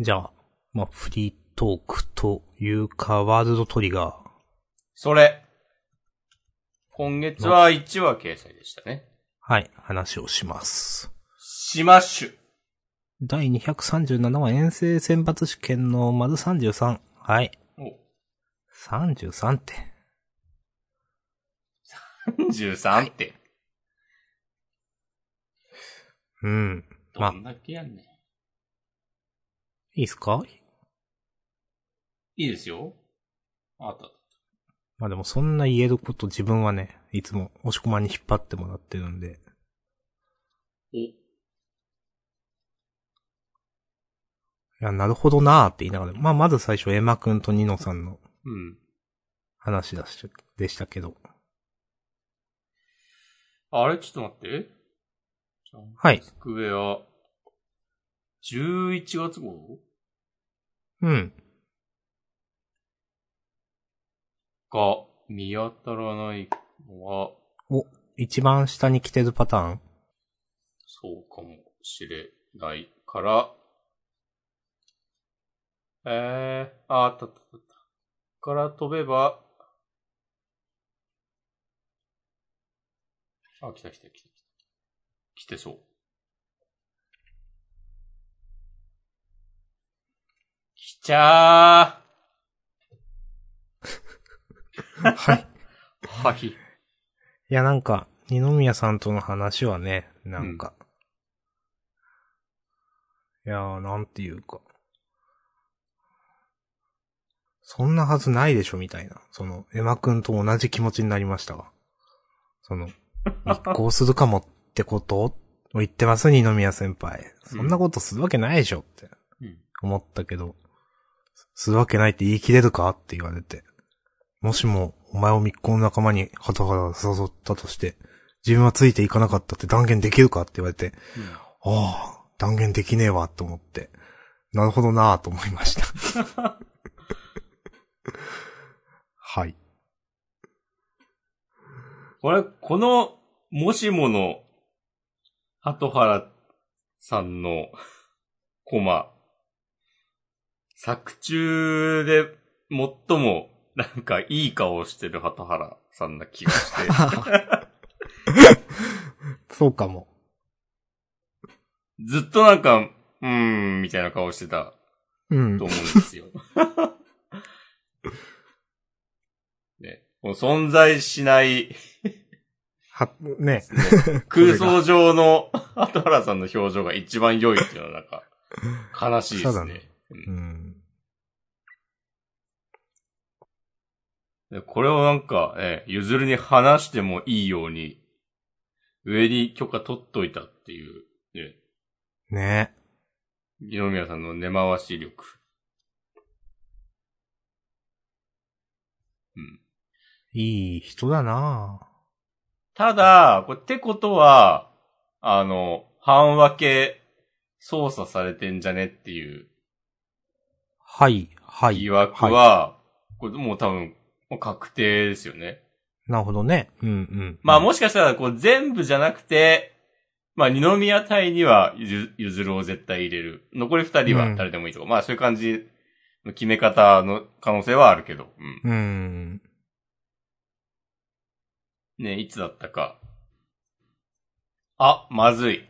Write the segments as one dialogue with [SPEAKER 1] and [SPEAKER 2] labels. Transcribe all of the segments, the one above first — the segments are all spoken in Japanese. [SPEAKER 1] じゃあ、まあ、フリートークというか、ワールドトリガー。
[SPEAKER 2] それ。今月は1話掲載でしたね。
[SPEAKER 1] はい、話をします。
[SPEAKER 2] シマッシュ。
[SPEAKER 1] 第237話遠征選抜試験の丸33。はい。
[SPEAKER 2] お
[SPEAKER 1] 33って。
[SPEAKER 2] 13って。
[SPEAKER 1] うん。ま
[SPEAKER 2] ど
[SPEAKER 1] あ、
[SPEAKER 2] んだけやんねん。
[SPEAKER 1] いいっすか
[SPEAKER 2] いいですよ。あった。
[SPEAKER 1] まあでもそんな言えること自分はね、いつも押し込まに引っ張ってもらってるんで。
[SPEAKER 2] お。
[SPEAKER 1] いや、なるほどなーって言いながら、まあまず最初エマくんとニノさんの
[SPEAKER 2] うん。
[SPEAKER 1] 話だし、でしたけど。
[SPEAKER 2] あれちょっと待って。
[SPEAKER 1] はい。
[SPEAKER 2] スクエア、11月号
[SPEAKER 1] うん。
[SPEAKER 2] が見当たらないのは、
[SPEAKER 1] お、一番下に来てるパターン
[SPEAKER 2] そうかもしれないから、えー、あ、あったあったあった。から飛べば、あ、来た来た来た来た。来てそう。来ちゃ
[SPEAKER 1] はい。
[SPEAKER 2] ー はい。
[SPEAKER 1] いや、なんか、二宮さんとの話はね、なんか。いやー、なんていうか。そんなはずないでしょ、みたいな。その、エマくんと同じ気持ちになりましたわ。その、立候補するかもってことを言ってます、二宮先輩。そんなことするわけないでしょって
[SPEAKER 2] うん。
[SPEAKER 1] 思ったけど、するわけないって言い切れるかって言われて。もしも、お前を密航の仲間に肌から誘ったとして、自分はついていかなかったって断言できるかって言われて、ああ、断言できねえわ、と思って。なるほどなぁと思いました。はい。
[SPEAKER 2] これ、この、もしもの、鳩原さんの、コマ、作中で、最も、なんか、いい顔してる鳩原さんな気 がして。
[SPEAKER 1] そうかも。
[SPEAKER 2] ずっとなんか、うーん、みたいな顔してた、
[SPEAKER 1] うん
[SPEAKER 2] と思うんですよ。ね、この存在しない、
[SPEAKER 1] は、ね。
[SPEAKER 2] 空想上の後原さんの表情が一番良いっていうのはなんか、悲しいで
[SPEAKER 1] そう
[SPEAKER 2] す
[SPEAKER 1] だ
[SPEAKER 2] ね
[SPEAKER 1] ね。うん。
[SPEAKER 2] でこれをなんか、えー、ゆずるに話してもいいように、上に許可取っといたっていう、ね、
[SPEAKER 1] ね
[SPEAKER 2] 二宮さんの根回し力。うん。
[SPEAKER 1] いい人だなぁ。
[SPEAKER 2] ただ、これってことは、あの、半分け操作されてんじゃねっていう
[SPEAKER 1] はい、はい。
[SPEAKER 2] 疑惑は、
[SPEAKER 1] い
[SPEAKER 2] これもう多分、もう確定ですよね。
[SPEAKER 1] なるほどね。うんうん。
[SPEAKER 2] まあもしかしたら、こう全部じゃなくて、まあ二宮隊にはゆゆずるを絶対入れる。残り二人は誰でもいいとか、まあそういう感じの決め方の可能性はあるけど、う
[SPEAKER 1] うん。
[SPEAKER 2] ん。ね、いつだったか。あ、まずい。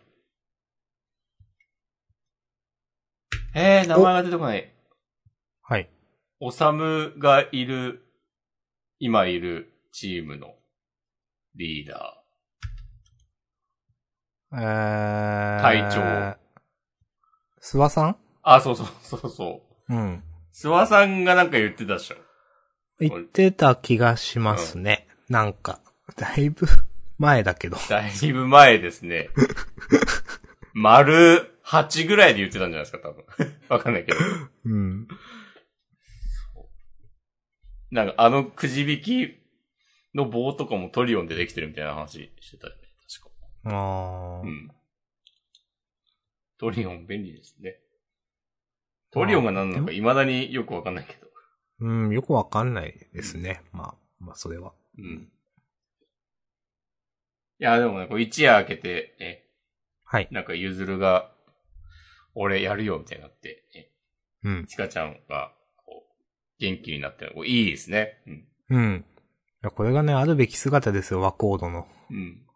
[SPEAKER 2] えー、名前が出てこない。
[SPEAKER 1] はい。
[SPEAKER 2] おさむがいる、今いるチームのリーダ
[SPEAKER 1] えー。
[SPEAKER 2] 隊長。
[SPEAKER 1] 諏訪さん
[SPEAKER 2] ー。あ、そうそうそうそう。
[SPEAKER 1] うん。
[SPEAKER 2] 諏訪さんがなんか言ってたでしょ。
[SPEAKER 1] 言ってた気がしますね。なんか、だいぶ前だけど。
[SPEAKER 2] だいぶ前ですね。丸8ぐらいで言ってたんじゃないですか、多分。 わかんないけど。
[SPEAKER 1] うん。
[SPEAKER 2] なんかあのくじ引きの棒とかもトリオンでできてるみたいな話してたよね、確か。
[SPEAKER 1] あ
[SPEAKER 2] う
[SPEAKER 1] ー
[SPEAKER 2] ん。トリオン便利ですね。トリオンが何なのか未だによくわかんないけど。
[SPEAKER 1] うん、よくわかんないですね。まあ、まあ、それは。
[SPEAKER 2] うん。いや、でもね、こう一夜明けて、ね、
[SPEAKER 1] はい。
[SPEAKER 2] なんかゆずるが、俺やるよ、みたいになって、ね
[SPEAKER 1] うん。
[SPEAKER 2] ちかちゃんが、こう、元気になってる。こういいですね。うん。
[SPEAKER 1] うん。いや、これがね、あるべき姿ですよ、和コードの。
[SPEAKER 2] うん。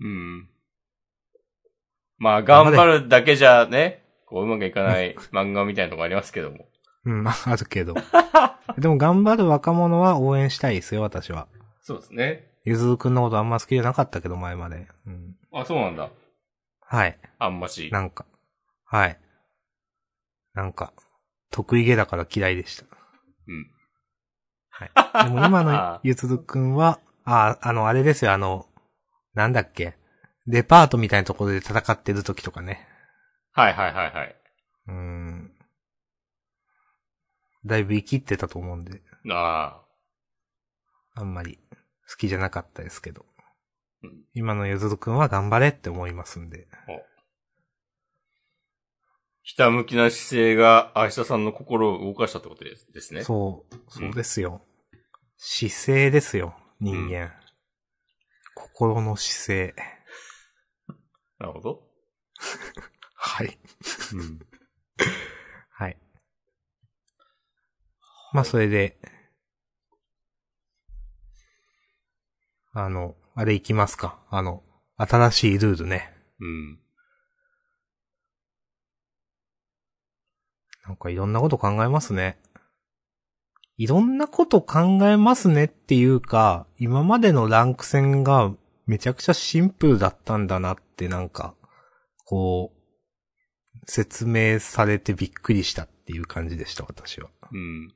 [SPEAKER 2] うん。まあ、頑張るだけじゃね、こう、うまくいかない漫画みたいなとこありますけども。
[SPEAKER 1] うん、ああるけ ど。でも頑張る若者は応援したいですよ、私は。
[SPEAKER 2] そうですね。
[SPEAKER 1] ゆずるくんのことあんま好きじゃなかったけど、前まで。うん。
[SPEAKER 2] あ、そうなんだ。
[SPEAKER 1] はい。
[SPEAKER 2] あんまし。
[SPEAKER 1] なんか。はい。なんか、得意げだから嫌いでした。
[SPEAKER 2] うん。
[SPEAKER 1] はい。でも今のゆずるくんは、あ、あの、あれですよ、あの、なんだっけ。デパートみたいなところで戦ってる時とかね。
[SPEAKER 2] はいはいはいはい。
[SPEAKER 1] うん。だいぶ生きってたと思うんで、
[SPEAKER 2] ああ。
[SPEAKER 1] あんまり好きじゃなかったですけど
[SPEAKER 2] うん。
[SPEAKER 1] 今のゆずるくんは頑張れって思いますんで。
[SPEAKER 2] ひたむきな姿勢が、明日さんの心を動かしたってことですですね。
[SPEAKER 1] そう、
[SPEAKER 2] う
[SPEAKER 1] そ
[SPEAKER 2] ん
[SPEAKER 1] うですよ。姿勢ですよ、人間。心の姿勢。
[SPEAKER 2] なるほど。
[SPEAKER 1] はい。
[SPEAKER 2] うん。
[SPEAKER 1] はい。まあ、それで、あの、あれ行きますか。あの、新しいルールね。
[SPEAKER 2] うん。
[SPEAKER 1] なんかいろんなこと考えますね。いろんなこと考えますねっていうか、今までのランク戦がめちゃくちゃシンプルだったんだなってなんか、こう、説明されてびっくりしたっていう感じでした、私は。
[SPEAKER 2] うん。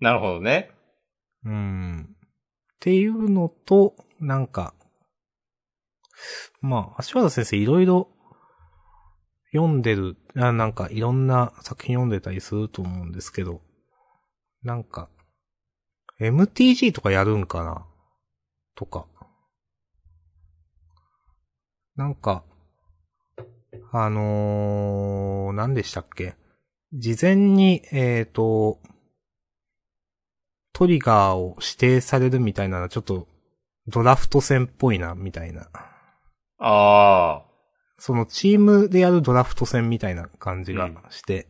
[SPEAKER 2] なるほどね。
[SPEAKER 1] うん。っていうのと、なんか、まあ、橋和田先生いろいろ読んでる、あなんかいろんな作品読んでたりすると思うんですけど、なんか、MTG とかやるんかなとか。なんか、あのー、何でしたっけ事前に、えっ、と、トリガーを指定されるみたいなのはちょっとドラフト戦っぽいな、みたいな。
[SPEAKER 2] ああ。
[SPEAKER 1] そのチームでやるドラフト戦みたいな感じがして、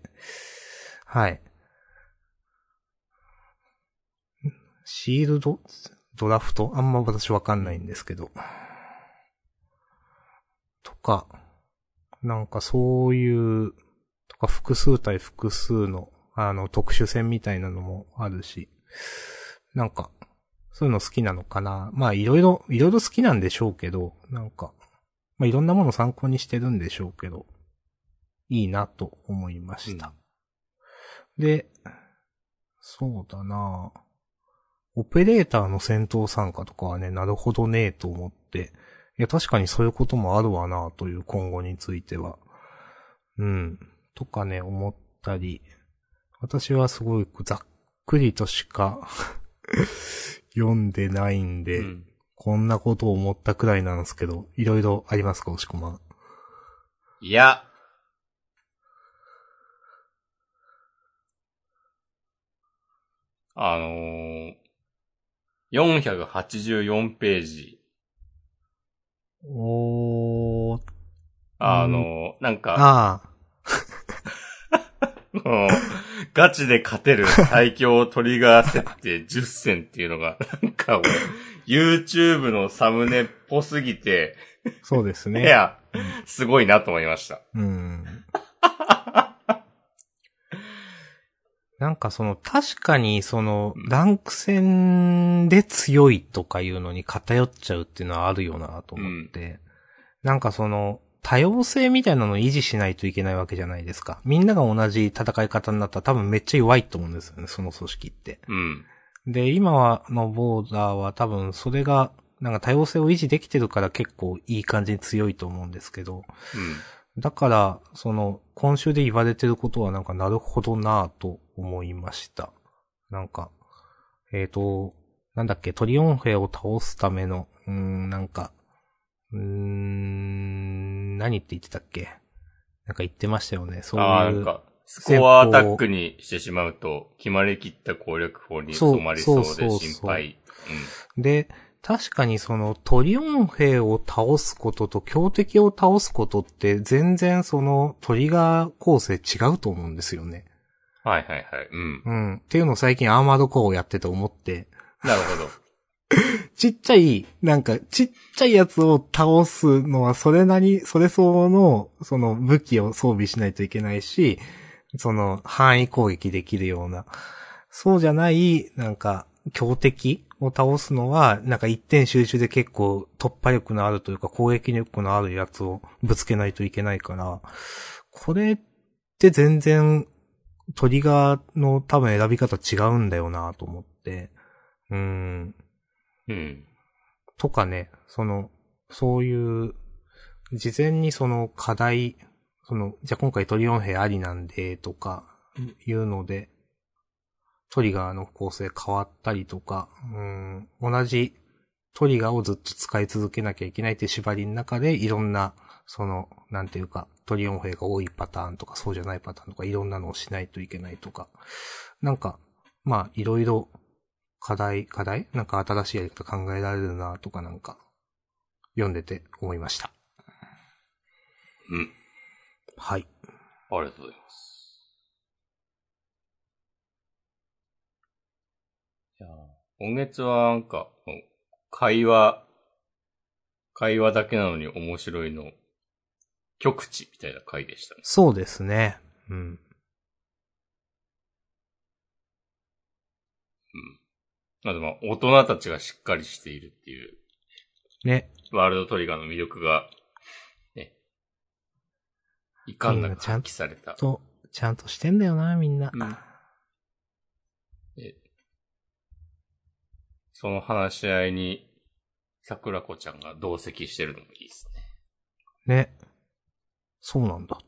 [SPEAKER 1] はい。シールドドラフトあんま私わかんないんですけど。とか、なんかそういう、とか複数対複数の、あの、特殊戦みたいなのもあるし、なんか、そういうの好きなのかな。まあいろいろ、いろいろ好きなんでしょうけど、なんか、まあ、いろんなものを参考にしてるんでしょうけど、いいなと思いました。で、そうだなぁオペレーターの戦闘参加とかはね、なるほどねえと思って、いや、確かにそういうこともあるわなぁという今後については。うん。とかね、思ったり、私はすごいざっくりとしか 読んでないんで、
[SPEAKER 2] うん
[SPEAKER 1] こんなことを思ったくらいなんですけど、いろいろありますか、押し込まん。
[SPEAKER 2] いや。あのー、484ページ。
[SPEAKER 1] おー、
[SPEAKER 2] あのー、なんか、
[SPEAKER 1] ああ、
[SPEAKER 2] この ガチで勝てる最強トリガー設定10選っていうのが、なんか俺、YouTube のサムネっぽすぎて、
[SPEAKER 1] そうです
[SPEAKER 2] い
[SPEAKER 1] ね。
[SPEAKER 2] や、すごいなと思いました。
[SPEAKER 1] うん。なんかその、確かにその
[SPEAKER 2] うん、
[SPEAKER 1] ランク戦で強いとかいうのに偏っちゃうっていうのはあるよなと思って、なんかその、多様性みたいなのを維持しないといけないわけじゃないですか。みんなが同じ戦い方になったら多分めっちゃ弱いと思うんですよね、その組織って。
[SPEAKER 2] うん。
[SPEAKER 1] で、今は、のボーダーは多分それが、なんか多様性を維持できてるから結構いい感じに強いと思うんですけど、だから、その、今週で言われてることはなんかなるほどなぁと思いました。なんか、えっ、と、なんだっけ、トリオン兵を倒すための、うーん、なんか、うーん、何って言ってたっけなんか言ってましたよね。
[SPEAKER 2] う
[SPEAKER 1] そ
[SPEAKER 2] ん。
[SPEAKER 1] ういう。
[SPEAKER 2] ああ、なんか、スコアアタックにしてしまうと、決まりきった攻略法に
[SPEAKER 1] そう
[SPEAKER 2] 染まりそう
[SPEAKER 1] そ
[SPEAKER 2] で
[SPEAKER 1] うそうそう
[SPEAKER 2] 心配。
[SPEAKER 1] で、確かにそのトリオン兵を倒すことと強敵を倒すことって全然そのトリガー構成違うと思うんですよね。
[SPEAKER 2] はいはいはい。 うん。
[SPEAKER 1] うん。っていうのを最近アーマードコアをやってて思って、
[SPEAKER 2] なるほど。
[SPEAKER 1] ちっちゃい、なんかちっちゃいやつを倒すのはそれなり、それ相応のその武器を装備しないといけないし、その範囲攻撃できるような、そうじゃない、なんか強敵を倒すのは、なんか一点集中で結構突破力のあるというか攻撃力のあるやつをぶつけないといけないから、これって全然トリガーの多分選び方違うんだよなと思って、うん。
[SPEAKER 2] うん。
[SPEAKER 1] とかね、その、そういう、事前にその課題、その、じゃあ今回トリオン兵ありなんで、とか、いうので、トリガーの構成変わったりとか、うん、同じトリガーをずっと使い続けなきゃいけないって縛りの中で、いろんな、その、なんていうか、トリオン兵が多いパターンとか、そうじゃないパターンとか、いろんなのをしないといけないとか、なんか、まあ、いろいろ課題、課題なんか新しいやり方考えられるなとかなんか、読んでて思いました。
[SPEAKER 2] うん。
[SPEAKER 1] はい。
[SPEAKER 2] ありがとうございます。いやー今月はなんか、うん会話、会話だけなのに面白いの、極地みたいな回でしたね。
[SPEAKER 1] そうですね。うん。
[SPEAKER 2] まあでも、大人たちがしっかりしているっていう、
[SPEAKER 1] ね。
[SPEAKER 2] ワールドトリガーの魅力が、ね、いかんなく発揮された。
[SPEAKER 1] と、ちゃんとしてんだよな、みんな。
[SPEAKER 2] うんその話し合いに、桜子ちゃんが同席してるのもいいですね。
[SPEAKER 1] ね。そうなんだって。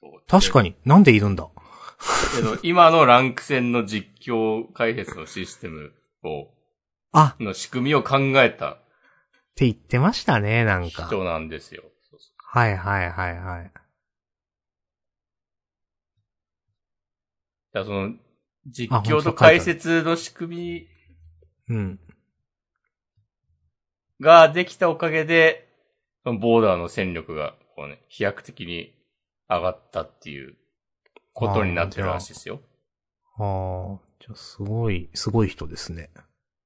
[SPEAKER 2] そう
[SPEAKER 1] 確かに、なんでいるんだ
[SPEAKER 2] けど、今のランク戦の実況解説のシステムを、
[SPEAKER 1] あ
[SPEAKER 2] の仕組みを考え
[SPEAKER 1] っ
[SPEAKER 2] た
[SPEAKER 1] て言ってましたね、なんか。
[SPEAKER 2] 人なんですよ。そうそ
[SPEAKER 1] はいはいはいはい。
[SPEAKER 2] うだからその、実
[SPEAKER 1] あ本
[SPEAKER 2] 況
[SPEAKER 1] 当だ書いてあ
[SPEAKER 2] と
[SPEAKER 1] る
[SPEAKER 2] 解説の仕組
[SPEAKER 1] うん。
[SPEAKER 2] みができたおかげで、そのボーダーの戦力が、こうね、飛躍的に上がったっていうことになってるらしいですよ。
[SPEAKER 1] ああ、じゃあすごい、すごい人ですね。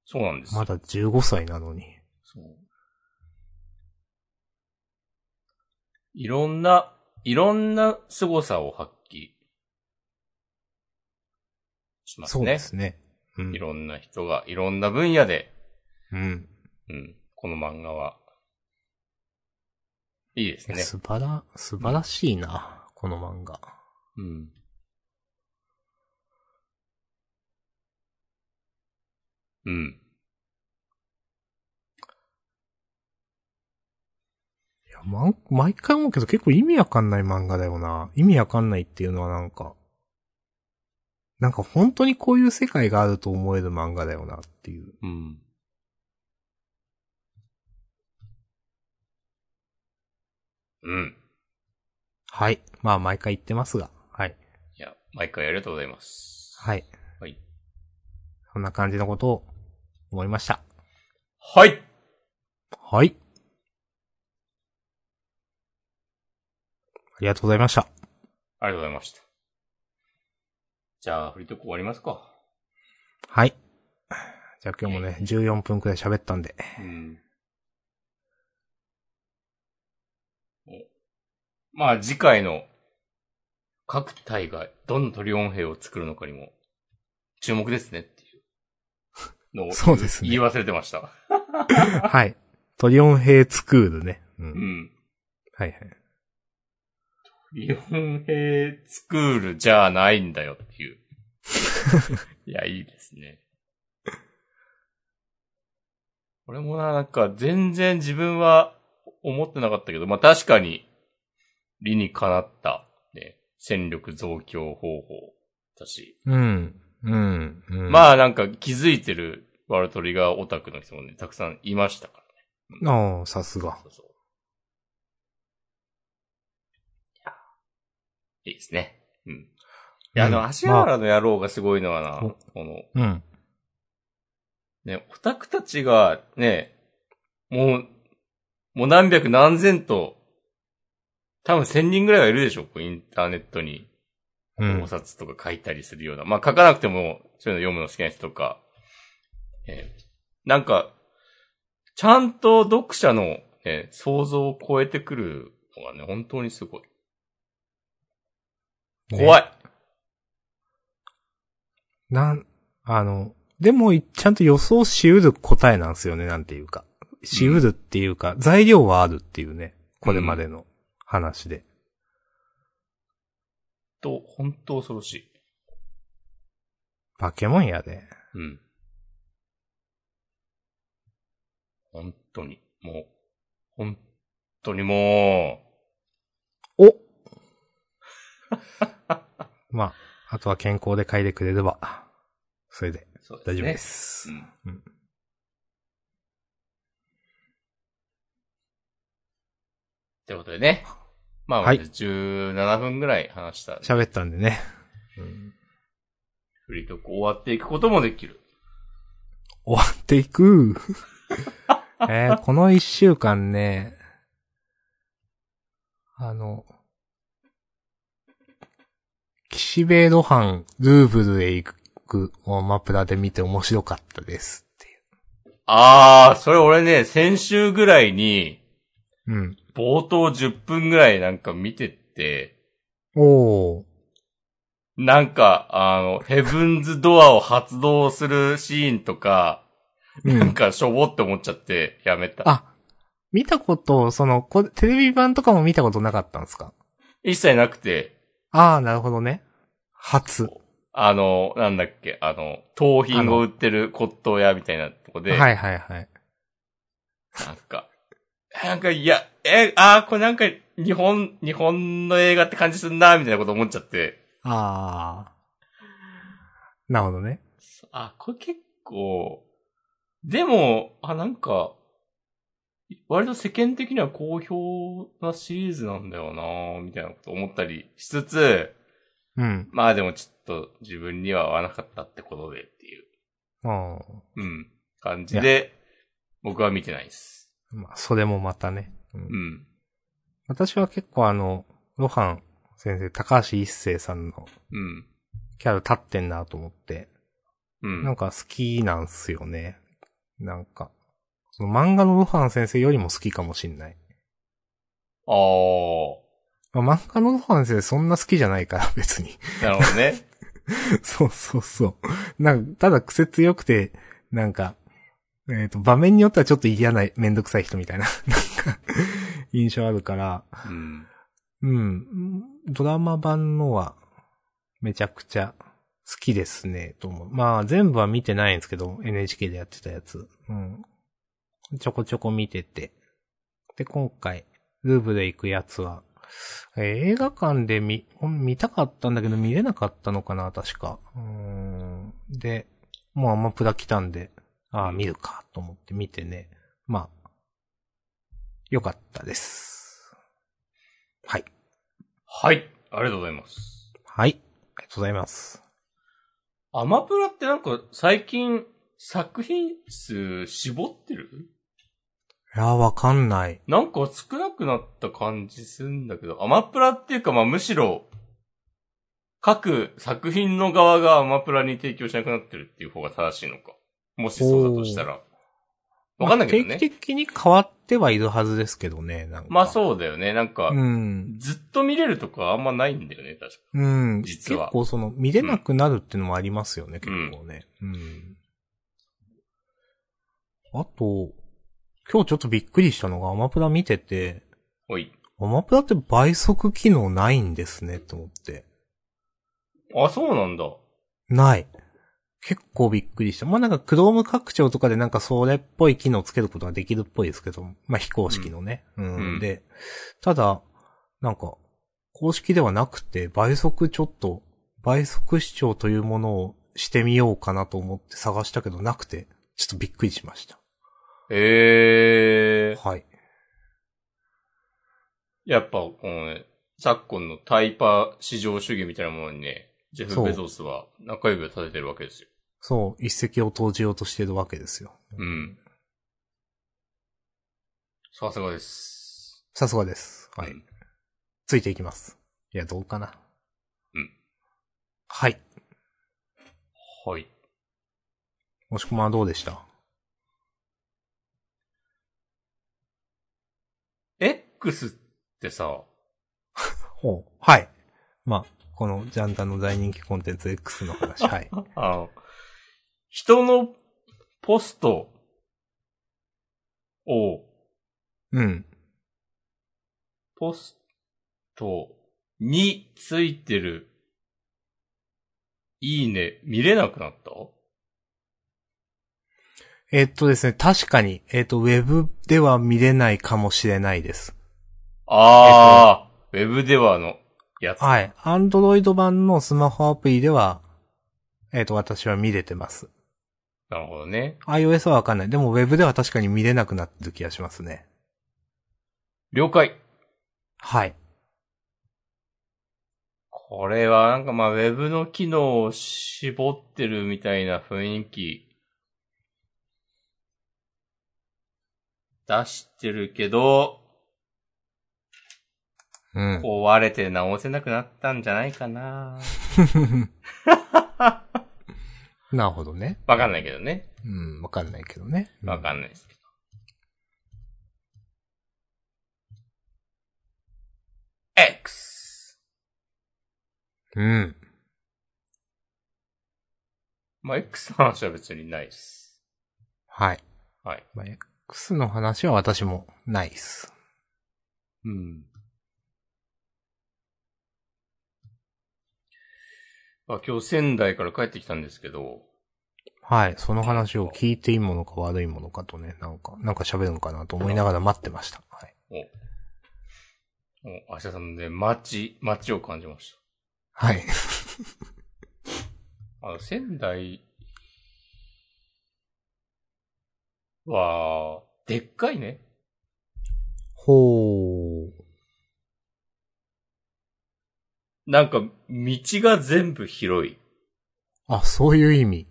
[SPEAKER 2] そうなんですよ
[SPEAKER 1] まだ15歳なのに。
[SPEAKER 2] そう。いろんな、いろんな凄さを発揮します
[SPEAKER 1] そう
[SPEAKER 2] ね。
[SPEAKER 1] ですね。うん
[SPEAKER 2] い。ろんな人が、いろんな分野で、
[SPEAKER 1] うん。
[SPEAKER 2] うん、この漫画は、いいですね。
[SPEAKER 1] 素晴ら、素晴らしいな、この漫画。
[SPEAKER 2] うん。うん。
[SPEAKER 1] いや、まん、毎回思うけど結構意味わかんない漫画だよな。意味わかんないっていうのはなんか、なんか本当にこういう世界があると思える漫画だよなっていう。
[SPEAKER 2] うん。うん。
[SPEAKER 1] はい。まあ毎回言ってますが。はい。
[SPEAKER 2] いや、毎回ありがとうございます。
[SPEAKER 1] はい。
[SPEAKER 2] はい。
[SPEAKER 1] そんな感じのことを思いました。
[SPEAKER 2] はい
[SPEAKER 1] はい。ありがとうございました。
[SPEAKER 2] ありがとうございました。じゃあ、フリートーク終わりますか。
[SPEAKER 1] はい。じゃあ今日もね、14分くらい喋ったんで。
[SPEAKER 2] うん。おまあ、次回の各隊がどんなトリオン兵を作るのかにも注目ですねっていうの を
[SPEAKER 1] そうですね
[SPEAKER 2] 言い忘れてました。
[SPEAKER 1] はい。トリオンヘイツクールね。うん。
[SPEAKER 2] うん。
[SPEAKER 1] はいはい。
[SPEAKER 2] トリオン兵スクールじゃないんだよって いう。いや、いいですね。俺もな、なんか全然自分は思ってなかったけど、まあ確かに理にかなった、ね、戦力増強方法だし、
[SPEAKER 1] うん。うん。うん、
[SPEAKER 2] まあなんか気づいてるワールドトリガーオタクの人もね、たくさんいましたからね。
[SPEAKER 1] ああ、さすが。
[SPEAKER 2] そうそう。いや、いいですね。うん。いや、あ
[SPEAKER 1] う
[SPEAKER 2] の、
[SPEAKER 1] ん
[SPEAKER 2] 足原の野郎がすごいのはな、
[SPEAKER 1] まあ
[SPEAKER 2] この、
[SPEAKER 1] うん。
[SPEAKER 2] ね、オタクたちが、ね、もう、もう何百何千と、多分千人ぐらいはいるでしょこうインターネットに、
[SPEAKER 1] うん
[SPEAKER 2] お。札とか書いたりするような。まあ書かなくても、そういうの読むの好きな人とか、えーなんか、ちゃんと読者の、ね、想像を超えてくるのがね、本当にすごい。怖
[SPEAKER 1] い。
[SPEAKER 2] い。
[SPEAKER 1] なん、あの、でも、いちゃんと予想しうる答えなんですよね、なんていうか。しうるっていうか、材料はあるっていうね。これまでの話で。
[SPEAKER 2] と、本当恐ろしい。
[SPEAKER 1] 化け物やで。
[SPEAKER 2] うん。本当に、もう、本当にも
[SPEAKER 1] お まあ、あとは健康で書いてくれれば、それで
[SPEAKER 2] う、そう
[SPEAKER 1] 大丈夫ですす。
[SPEAKER 2] ね。うん
[SPEAKER 1] うん
[SPEAKER 2] ってことでね。まあ、
[SPEAKER 1] はい
[SPEAKER 2] 17分ぐらい話したんで
[SPEAKER 1] 喋、ったんでね。
[SPEAKER 2] フリートーク終わっていくこともできる。
[SPEAKER 1] 終わっていく。 えーこの一週間ね、あの、岸辺露伴ルーブルへ行くをマプラで見て面白かったですってい
[SPEAKER 2] あー、それ俺ね、先週ぐらいに、
[SPEAKER 1] う。うん。
[SPEAKER 2] 冒頭10分ぐらいなんか見てって、
[SPEAKER 1] おー。
[SPEAKER 2] なんか、あの、ヘブンズドアを発動するシーンとか、
[SPEAKER 1] うん
[SPEAKER 2] なんかしょぼって思っちゃってやめた。
[SPEAKER 1] あ、見たこと、その、こテレビ版とかも見たことなかったんですか
[SPEAKER 2] 一切なくて、
[SPEAKER 1] ああ、なるほどね。初。
[SPEAKER 2] あの、なんだっけ、あの、盗品を売ってる骨董屋みたいなとこで、
[SPEAKER 1] はいはいはい。
[SPEAKER 2] なんか、なんか、いや、え、あーこれなんか、日本、日本の映画って感じすんな、みたいなこと思っちゃって、
[SPEAKER 1] ああ。なるほどね。
[SPEAKER 2] あ、これ結構、でも、あ、なんか、割と世間的には好評なシリーズなんだよなみたいなこと思ったりしつつ、
[SPEAKER 1] うん。
[SPEAKER 2] まあでもちょっと自分には合わなかったってことでっていう、
[SPEAKER 1] あ
[SPEAKER 2] うん、感じで、僕は見てないです。
[SPEAKER 1] あ。まあ、それもまたね。うん
[SPEAKER 2] うん。
[SPEAKER 1] 私は結構あの、ロハン先生、高橋一生さんの
[SPEAKER 2] うん。
[SPEAKER 1] キャラ立ってんなと思って、
[SPEAKER 2] う
[SPEAKER 1] なん
[SPEAKER 2] ん。
[SPEAKER 1] か好きなんすよね。なんか、その漫画のロハン先生よりも好きかもしんない。
[SPEAKER 2] ああ
[SPEAKER 1] まあ、漫画のロハン先生そんな好きじゃないから、別に。
[SPEAKER 2] ー。なるほどね。
[SPEAKER 1] そうそうそう。なんか、ただ癖強くて、なんか、えっ、と、場面によってはちょっと嫌な、めんどくさい人みたいな、 なんか、印象あるから、
[SPEAKER 2] うん。
[SPEAKER 1] うん。ドラマ版のは、めちゃくちゃ好きですね、と思う。まあ、全部は見てないんですけど、NHK でやってたやつ。うん。ちょこちょこ見てて。で、今回、ルーブで行くやつは、えー映画館で見、見たかったんだけど見れなかったのかな、確か。うーん。で、もうアマプラ来たんで、ああ、見るか、と思って見てね。まあ、よかったです。はい。
[SPEAKER 2] はい。ありがとうございます。
[SPEAKER 1] はい。ありがとうございます。
[SPEAKER 2] アマプラってなんか最近作品数絞ってる
[SPEAKER 1] いやー、わかんない。
[SPEAKER 2] なんか少なくなった感じすんだけど、アマプラっていうかまあむしろ、各作品の側がアマプラに提供しなくなってるっていう方が正しいのか。もしそうだとしたら。わかんないけど
[SPEAKER 1] まあ
[SPEAKER 2] ね
[SPEAKER 1] 定。期的に変わってはいるはずですけどね、なんか。
[SPEAKER 2] まあ
[SPEAKER 1] う。
[SPEAKER 2] そうだよね。なんか、
[SPEAKER 1] うん。
[SPEAKER 2] ずっと見れるとかあんまないんだよね、確か。
[SPEAKER 1] うん。
[SPEAKER 2] 実は
[SPEAKER 1] 結構その、見れなくなるってのもありますよね、結構ね。うん。あと、今日ちょっとびっくりしたのが、アマプラ見てて、
[SPEAKER 2] おい。
[SPEAKER 1] アマプラって倍速機能ないんですね、と思って。
[SPEAKER 2] あ、そうなんだ。
[SPEAKER 1] ない。結構びっくりした。まあ、なんか、クローム拡張とかでなんか、それっぽい機能つけることができるっぽいですけど、まあ、非公式のね。うん。
[SPEAKER 2] うん
[SPEAKER 1] で、ただ、なんか、公式ではなくて、倍速ちょっと、倍速視聴というものをしてみようかなと思って探したけど、なくて、ちょっとびっくりしました。
[SPEAKER 2] ええー。
[SPEAKER 1] はい。
[SPEAKER 2] やっぱ、このね、昨今のタイパー市場主義みたいなものにね、ジェ
[SPEAKER 1] そう
[SPEAKER 2] フ・ベゾスは中指を立ててるわけですよ。
[SPEAKER 1] そう、一石を投じようとしてるわけですよ。
[SPEAKER 2] うん。さすがです。
[SPEAKER 1] さすがです。はい。
[SPEAKER 2] うん
[SPEAKER 1] ついていきます。いや、どうかな。
[SPEAKER 2] うん。
[SPEAKER 1] はい。
[SPEAKER 2] はい。
[SPEAKER 1] もしくはどうでした
[SPEAKER 2] エックスってさ、
[SPEAKER 1] ほう。はい。まあ、このジャンダンの大人気コンテンツ X の話。はい。
[SPEAKER 2] あの、人のポストを、
[SPEAKER 1] うん。
[SPEAKER 2] ポストについてる、いいね、見れなくなった
[SPEAKER 1] えっとですね、確かに、えっと、ウェブでは見れないかもしれないです。
[SPEAKER 2] ああ、ウェブではのやつ。
[SPEAKER 1] はい。アンドロイド版のスマホアプリでは、えっと、私は見れてます。
[SPEAKER 2] なるほどね。
[SPEAKER 1] iOS はわかんない。でも、ウェブでは確かに見れなくなってる気がしますね。
[SPEAKER 2] 了解。
[SPEAKER 1] はい。
[SPEAKER 2] これはなんかまあウェブの機能を絞ってるみたいな雰囲気出してるけど、
[SPEAKER 1] うん。
[SPEAKER 2] 壊れて直せなくなったんじゃないかな
[SPEAKER 1] なるほどね。
[SPEAKER 2] わかんないけどね。
[SPEAKER 1] うん、わかんないけどね。
[SPEAKER 2] わかんないですけど。X!
[SPEAKER 1] うん。
[SPEAKER 2] まあ、X の話は別にないです。
[SPEAKER 1] はい。
[SPEAKER 2] はい。
[SPEAKER 1] まあ、X の話は私もないっす。
[SPEAKER 2] うん。まあ、今日仙台から帰ってきたんですけど、
[SPEAKER 1] はい。その話を聞いていいものか悪いものかとね、なんか、なんか喋るのかなと思いながら待ってました。はい。
[SPEAKER 2] お、明日さんで街、街を感じまし
[SPEAKER 1] はい。
[SPEAKER 2] た。あの、仙台は、でっかいね。
[SPEAKER 1] ほー。
[SPEAKER 2] なんか、道が全部広い。
[SPEAKER 1] あ、そういう意 味。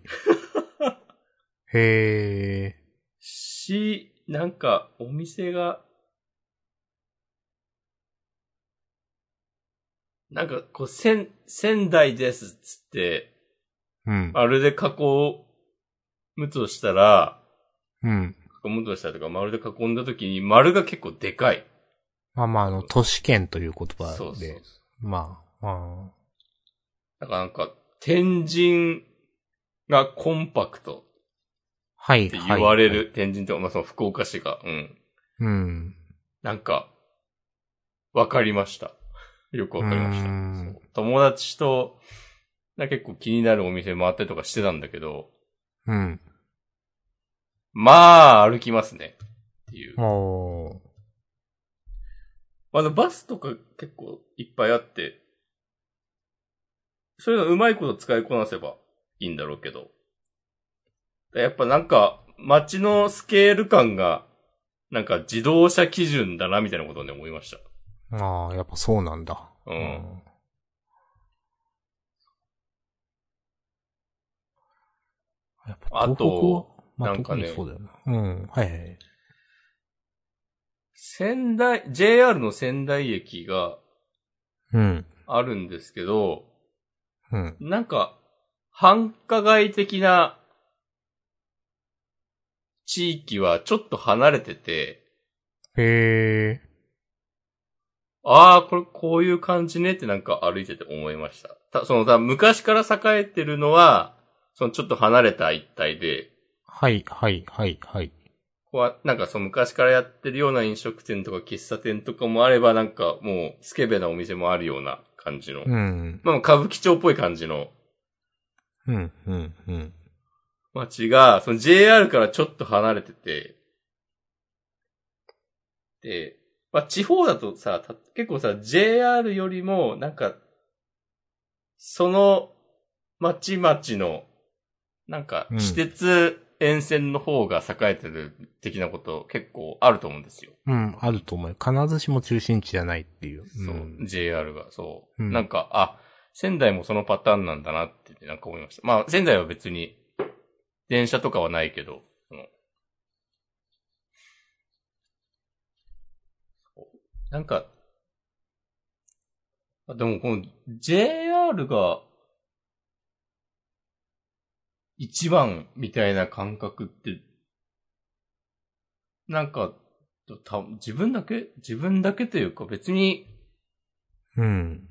[SPEAKER 1] へー。
[SPEAKER 2] し、なんか、お店が、なんか、こう、仙、仙台ですっつって、
[SPEAKER 1] うん。
[SPEAKER 2] あれで囲むとしたら、
[SPEAKER 1] うん。
[SPEAKER 2] 囲むとしたらとか、丸で囲んだ時に、丸が結構でかい。
[SPEAKER 1] まあまあ、あの、都市圏という言葉で、
[SPEAKER 2] そうそうそう。
[SPEAKER 1] まあ、あ
[SPEAKER 2] だからなんか、天神がコンパクト
[SPEAKER 1] ーはい、
[SPEAKER 2] って
[SPEAKER 1] はい。
[SPEAKER 2] 言われる。。天神とか、まあその福岡市が、うん。
[SPEAKER 1] うん。
[SPEAKER 2] なんか、わかりました。よくわかりまし
[SPEAKER 1] うー
[SPEAKER 2] た。そ
[SPEAKER 1] ん
[SPEAKER 2] う友達と、なんか結構気になるお店回ったりとかしてたんだけど、
[SPEAKER 1] うん。
[SPEAKER 2] まあ、歩きますね。っていう。
[SPEAKER 1] おー。
[SPEAKER 2] まだバスとか結構いっぱいあって、それがうまいこと使いこなせばいいんだろうけど。やっぱなんか、街のスケール感が、なんか自動車基準だな、みたいなことをね、思いました。
[SPEAKER 1] ああ、やっぱそうなんだ。
[SPEAKER 2] うん
[SPEAKER 1] やっぱ東北
[SPEAKER 2] あと
[SPEAKER 1] は、まあ、
[SPEAKER 2] なんか
[SPEAKER 1] 特
[SPEAKER 2] ね
[SPEAKER 1] にそうだよな。うん。はいはい。
[SPEAKER 2] 仙台、JR の仙台駅が
[SPEAKER 1] うん。
[SPEAKER 2] あるんですけど、
[SPEAKER 1] うん。
[SPEAKER 2] なんか、繁華街的な地域はちょっと離れてて、
[SPEAKER 1] へえ。
[SPEAKER 2] ああ、これ、こういう感じねってなんか歩いてて思いました。た、その、た昔から栄えてるのは、そのちょっと離れた一帯で、
[SPEAKER 1] はいはいはいはい。
[SPEAKER 2] こは、なんかその昔からやってるような飲食店とか喫茶店とかもあれば、なんかもうスケベなお店もあるような感じの、
[SPEAKER 1] うん。
[SPEAKER 2] まあ歌舞伎町っぽい感じの
[SPEAKER 1] うんうんうん。
[SPEAKER 2] 街が、その JR からちょっと離れてて、で、まあ地方だとさ、た結構さ、JR よりも、なんか、その、町々の、なんか
[SPEAKER 1] う、ん
[SPEAKER 2] 私鉄沿線の方が栄えてる的なこと結構あると思うんですよ。
[SPEAKER 1] うん、あると思う。必ずしも中心地じゃないっていう。
[SPEAKER 2] そう、
[SPEAKER 1] ん
[SPEAKER 2] JR が、そう。
[SPEAKER 1] うん
[SPEAKER 2] なんか、あ、仙台もそのパターンなんだなって、なんか思いました。まあ、仙台は別に、電車とかはないけど、そのなんか、あでもこの JR が一番みたいな感覚って、なんか、た自分だけ自分だけというか別に
[SPEAKER 1] うん。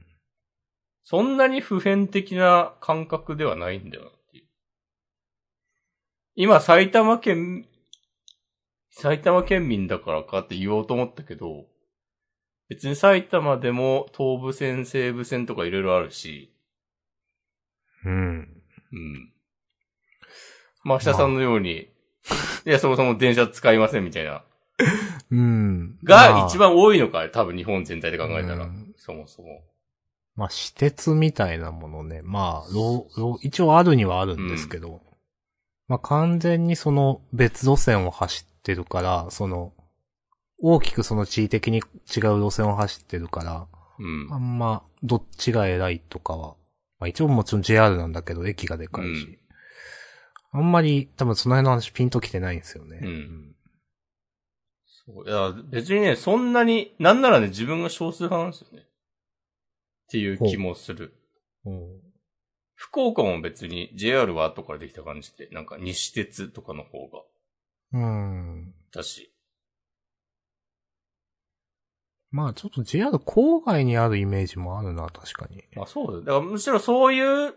[SPEAKER 2] そんなに普遍的な感覚ではないんだよなっていう。今埼玉県、埼玉県民だからかって言おうと思ったけど、別に埼玉でも東武線、西武線とかいろいろあるし、
[SPEAKER 1] うん。
[SPEAKER 2] うん。まあ、下さんのように、いや、そもそも電車使いませんみたいな。
[SPEAKER 1] うん。ま
[SPEAKER 2] が
[SPEAKER 1] あ
[SPEAKER 2] 一。番多いのか、多分日本全体で考えたら
[SPEAKER 1] うん、
[SPEAKER 2] そもそも。
[SPEAKER 1] まあ、私鉄みたいなものね。まあ、ろろ一応あるにはあるんですけど、まあ、完全にその別路線を走ってるから、その、大きくその地位的に違う路線を走ってるから、
[SPEAKER 2] うん
[SPEAKER 1] あ。んま、どっちが偉いとかは、まあ一応もちろん JR なんだけど、駅がでかいし。あんまり、多分その辺の話ピンときてないんですよね。
[SPEAKER 2] うんそういや、別にね、そんなに、なんならね、自分が少数派なんですよね。っていう気もする。
[SPEAKER 1] うん
[SPEAKER 2] 福岡も別に JR は後からできた感じで、なんか西鉄とかの方が、
[SPEAKER 1] うん。
[SPEAKER 2] だし。
[SPEAKER 1] まあちょっと JR 郊外にあるイメージもあるな、確かに。
[SPEAKER 2] まあそうだよ。だからむしろそういう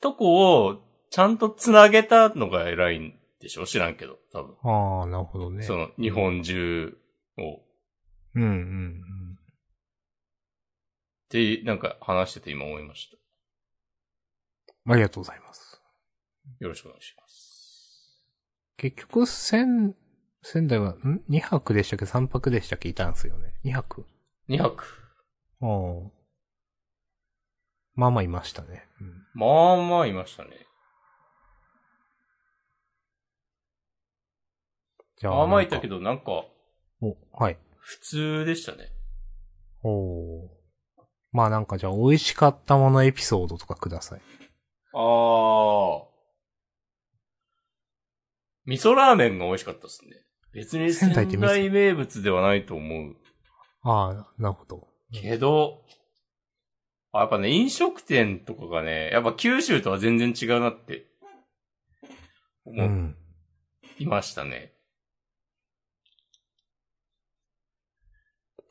[SPEAKER 2] とこをちゃんと繋げたのが偉いんでしょ知らんけど、多分。
[SPEAKER 1] ああ、なるほどね。
[SPEAKER 2] その日本中を、っ
[SPEAKER 1] うんうん
[SPEAKER 2] て、なんか話してて今思いました。
[SPEAKER 1] うん。ありがとうございます。
[SPEAKER 2] よろしくお願いします。
[SPEAKER 1] 結局、仙、仙台は、ん ?2 泊でしたっけ ?3 泊でしたっけいたんですよね。2泊
[SPEAKER 2] 2泊。
[SPEAKER 1] ああ。まあまあいましたね。うん
[SPEAKER 2] まあまあいましたね。
[SPEAKER 1] じ
[SPEAKER 2] まあまあいたけ
[SPEAKER 1] ど。
[SPEAKER 2] ど、なんか、
[SPEAKER 1] お、はい。
[SPEAKER 2] 普通でしたね。
[SPEAKER 1] おお。まあなんかじゃあ美味しかったものエピソードとかください。
[SPEAKER 2] ああ。味噌ラーメンが美味しかったですね。別に仙
[SPEAKER 1] 仙台って味噌
[SPEAKER 2] 台名物ではないと思う
[SPEAKER 1] ああ、なるほど。
[SPEAKER 2] けど、あやっぱね、飲食店とかがね、やっぱ九州とは全然違うなって、
[SPEAKER 1] う
[SPEAKER 2] 思
[SPEAKER 1] ん。
[SPEAKER 2] いましたね。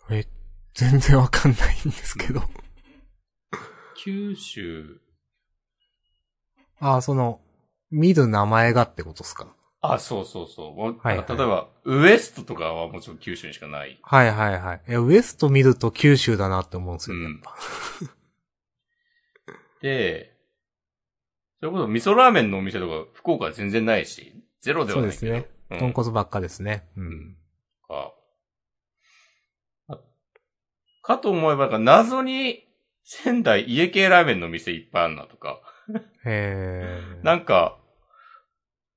[SPEAKER 1] え、全然わかんないんですけど。
[SPEAKER 2] 九州、
[SPEAKER 1] ああ、その、見る名前がってことですか
[SPEAKER 2] あ、そうそうそう。もう
[SPEAKER 1] はい
[SPEAKER 2] なんか
[SPEAKER 1] はい
[SPEAKER 2] 例えば、ウエストとかはもちろん九州にしかない。
[SPEAKER 1] はいはいはい。いや、ウエスト見ると九州だなって思うんですよね、やっぱ。
[SPEAKER 2] で、それこそ味噌ラーメンのお店とか福岡は全然ないし、ゼロではないけ
[SPEAKER 1] そ
[SPEAKER 2] ど。
[SPEAKER 1] うですね
[SPEAKER 2] うん
[SPEAKER 1] 豚骨ばっかですね。う
[SPEAKER 2] うんん。か。あかと思えば、なんか謎に仙台家系ラーメンの店いっぱいあるなとか、
[SPEAKER 1] へえ。
[SPEAKER 2] なんか、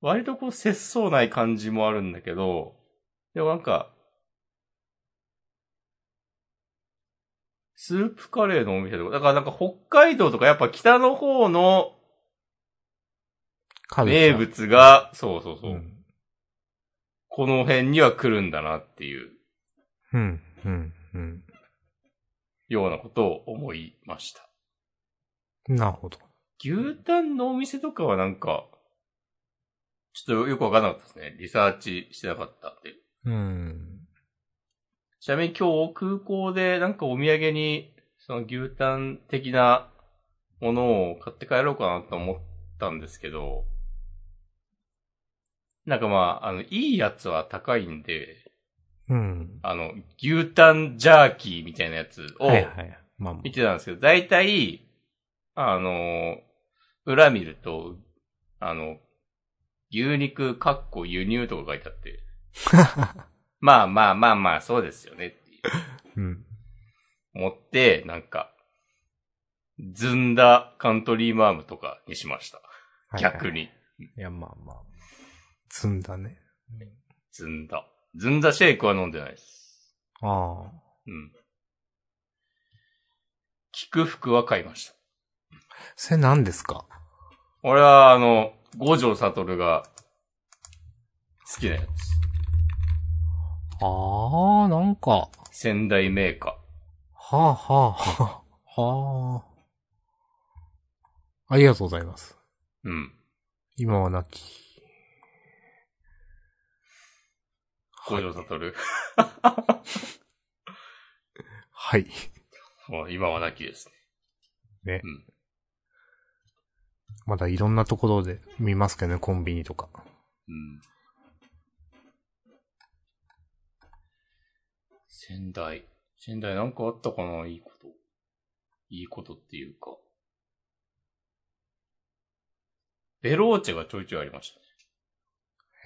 [SPEAKER 2] 割とこう節操ない感じもあるんだけど、でもなんか、スープカレーのお店とか、だからなんか北海道とかやっぱ北の方の
[SPEAKER 1] カルチャ
[SPEAKER 2] 名
[SPEAKER 1] ー
[SPEAKER 2] 物が、そうそうそう、
[SPEAKER 1] うん。
[SPEAKER 2] この辺には来るんだなっていう
[SPEAKER 1] うん。うん。うん。
[SPEAKER 2] ようなことを思いました。
[SPEAKER 1] なるほど。
[SPEAKER 2] 牛タンのお店とかはなんか、ちょっとよくわかんなかったですね。リサーチしてなかったんで。
[SPEAKER 1] うん。
[SPEAKER 2] ちなみに今日空港でなんかお土産に、その牛タン的なものを買って帰ろうかなと思ったんですけど、なんかまあ、あの、いいやつは高いんで、
[SPEAKER 1] うん。
[SPEAKER 2] あの、牛タンジャーキーみたいなやつを
[SPEAKER 1] はいはい。まあま
[SPEAKER 2] 見てたんですけど、だいたい、あの、裏見ると、あの、牛肉、かっこ輸入とか書いてあって、
[SPEAKER 1] あ。
[SPEAKER 2] まあまあまあまあ、そうですよねって
[SPEAKER 1] うん。
[SPEAKER 2] 思って、なんか、ずんだカントリーマームとかにしました。
[SPEAKER 1] はいはい
[SPEAKER 2] 逆。に。
[SPEAKER 1] いや、まあまあ。積んだね。
[SPEAKER 2] ずんだ。ずんだシェイクは飲んでないです。
[SPEAKER 1] ああ。
[SPEAKER 2] うん。菊服は買いました。
[SPEAKER 1] それ何ですか
[SPEAKER 2] 俺は、あの、五条悟が、好きなや
[SPEAKER 1] あー、なんか、は
[SPEAKER 2] つ。仙台メーカ
[SPEAKER 1] あはあはあ、はあ。ありがとうございます。
[SPEAKER 2] ー。うん。
[SPEAKER 1] 今はなき。
[SPEAKER 2] 五条悟。
[SPEAKER 1] はい。
[SPEAKER 2] もう今はなきですね。
[SPEAKER 1] まだいろんなところで見ますけどね、コンビニとか。
[SPEAKER 2] うん。仙台。仙台なんかあったかないいこと。いいことっていうか。ベローチェがちょいちょいありました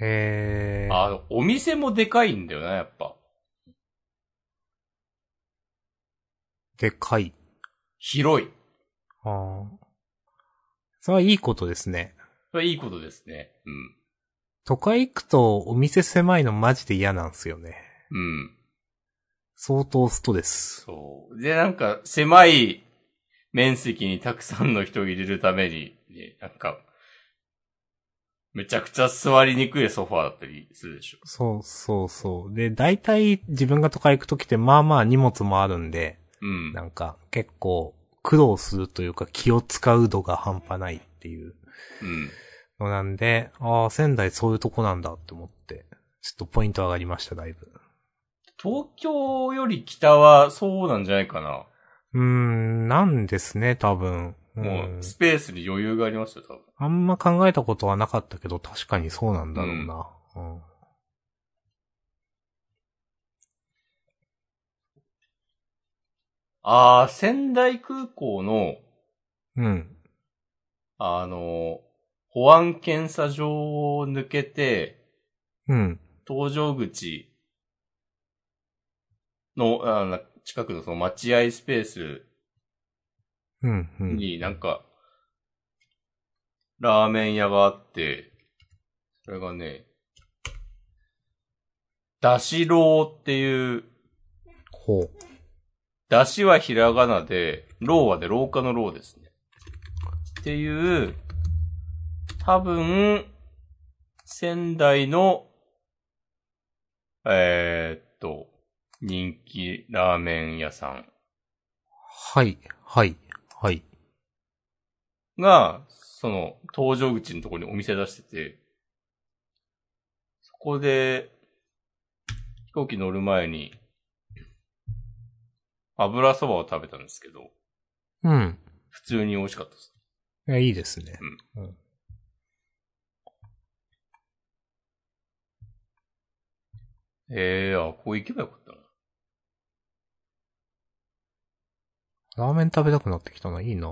[SPEAKER 2] ね。
[SPEAKER 1] へー。
[SPEAKER 2] あ、お店もでかいんだよな、やっぱ。
[SPEAKER 1] でかい。
[SPEAKER 2] 広い。
[SPEAKER 1] あー。それはいいことですね。
[SPEAKER 2] それいいことですね。うん。
[SPEAKER 1] 都会行くとお店狭いのマジで嫌なんすよね。
[SPEAKER 2] うん。
[SPEAKER 1] 相当ストレス。
[SPEAKER 2] そう。で、なんか、狭い面積にたくさんの人を入れるために、ね、なんか、めちゃくちゃ座りにくいソファーだったりするでしょ。
[SPEAKER 1] そうそうそう。で、大体自分が都会行くときってまあまあ荷物もあるんで、
[SPEAKER 2] うん。
[SPEAKER 1] なんか結構苦労するというか気を使う度が半端ないっていう
[SPEAKER 2] うん。
[SPEAKER 1] のなんで、ああ、仙台そういうとこなんだって思って、ちょっとポイント上がりました、だいぶ。
[SPEAKER 2] 東京より北はそうなんじゃないかな。
[SPEAKER 1] うーん、なんですね、多分。
[SPEAKER 2] も
[SPEAKER 1] ん
[SPEAKER 2] う、スペースに余裕がありますよ、多分。
[SPEAKER 1] あんま考えたことはなかったけど、確かにそうなんだろうな。うん。
[SPEAKER 2] あー、仙台空港の、
[SPEAKER 1] うん。
[SPEAKER 2] あの、保安検査場を抜けて、
[SPEAKER 1] うん。
[SPEAKER 2] 搭乗口の、あの近くのその待合スペース
[SPEAKER 1] うん。うん。
[SPEAKER 2] になんか、ラーメン屋があって、それがね、だしろうっていう、
[SPEAKER 1] ほう。
[SPEAKER 2] だしはひらがなで、ろうはで廊下のろうですね。っていう、多分、仙台の、えーっと、人気ラーメン屋さん
[SPEAKER 1] はい。はい。はい。
[SPEAKER 2] が、その、搭乗口のところにお店出してて、そこで、飛行機乗る前に、油そばを食べたんですけど、
[SPEAKER 1] うん。
[SPEAKER 2] 普通に美味しかったです。
[SPEAKER 1] いやいいですね。
[SPEAKER 2] ええー、あ、こう行けばよかったな。
[SPEAKER 1] ラーメン食べたくなってきたな、いいな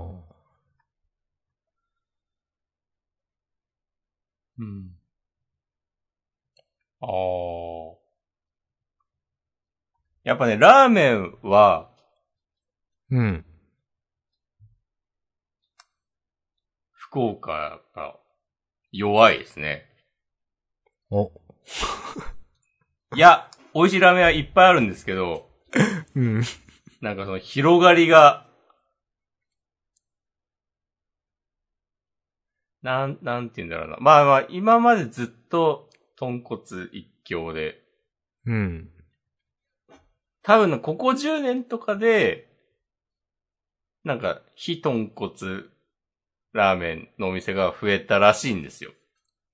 [SPEAKER 2] うん。ああ。やっぱね、ラーメンは、
[SPEAKER 1] うん。
[SPEAKER 2] 福岡、やっぱ、弱いですね。
[SPEAKER 1] お。
[SPEAKER 2] いや、美味しいラーメンはいっぱいあるんですけど、
[SPEAKER 1] うん。
[SPEAKER 2] なんかその広がりが、なん、なんて言うんだろうな。まあまあ、今までずっと、豚骨一強で、
[SPEAKER 1] うん。
[SPEAKER 2] 多分ねここ10年とかで、なんか、非豚骨ラーメンのお店が増えたらしいんですよ。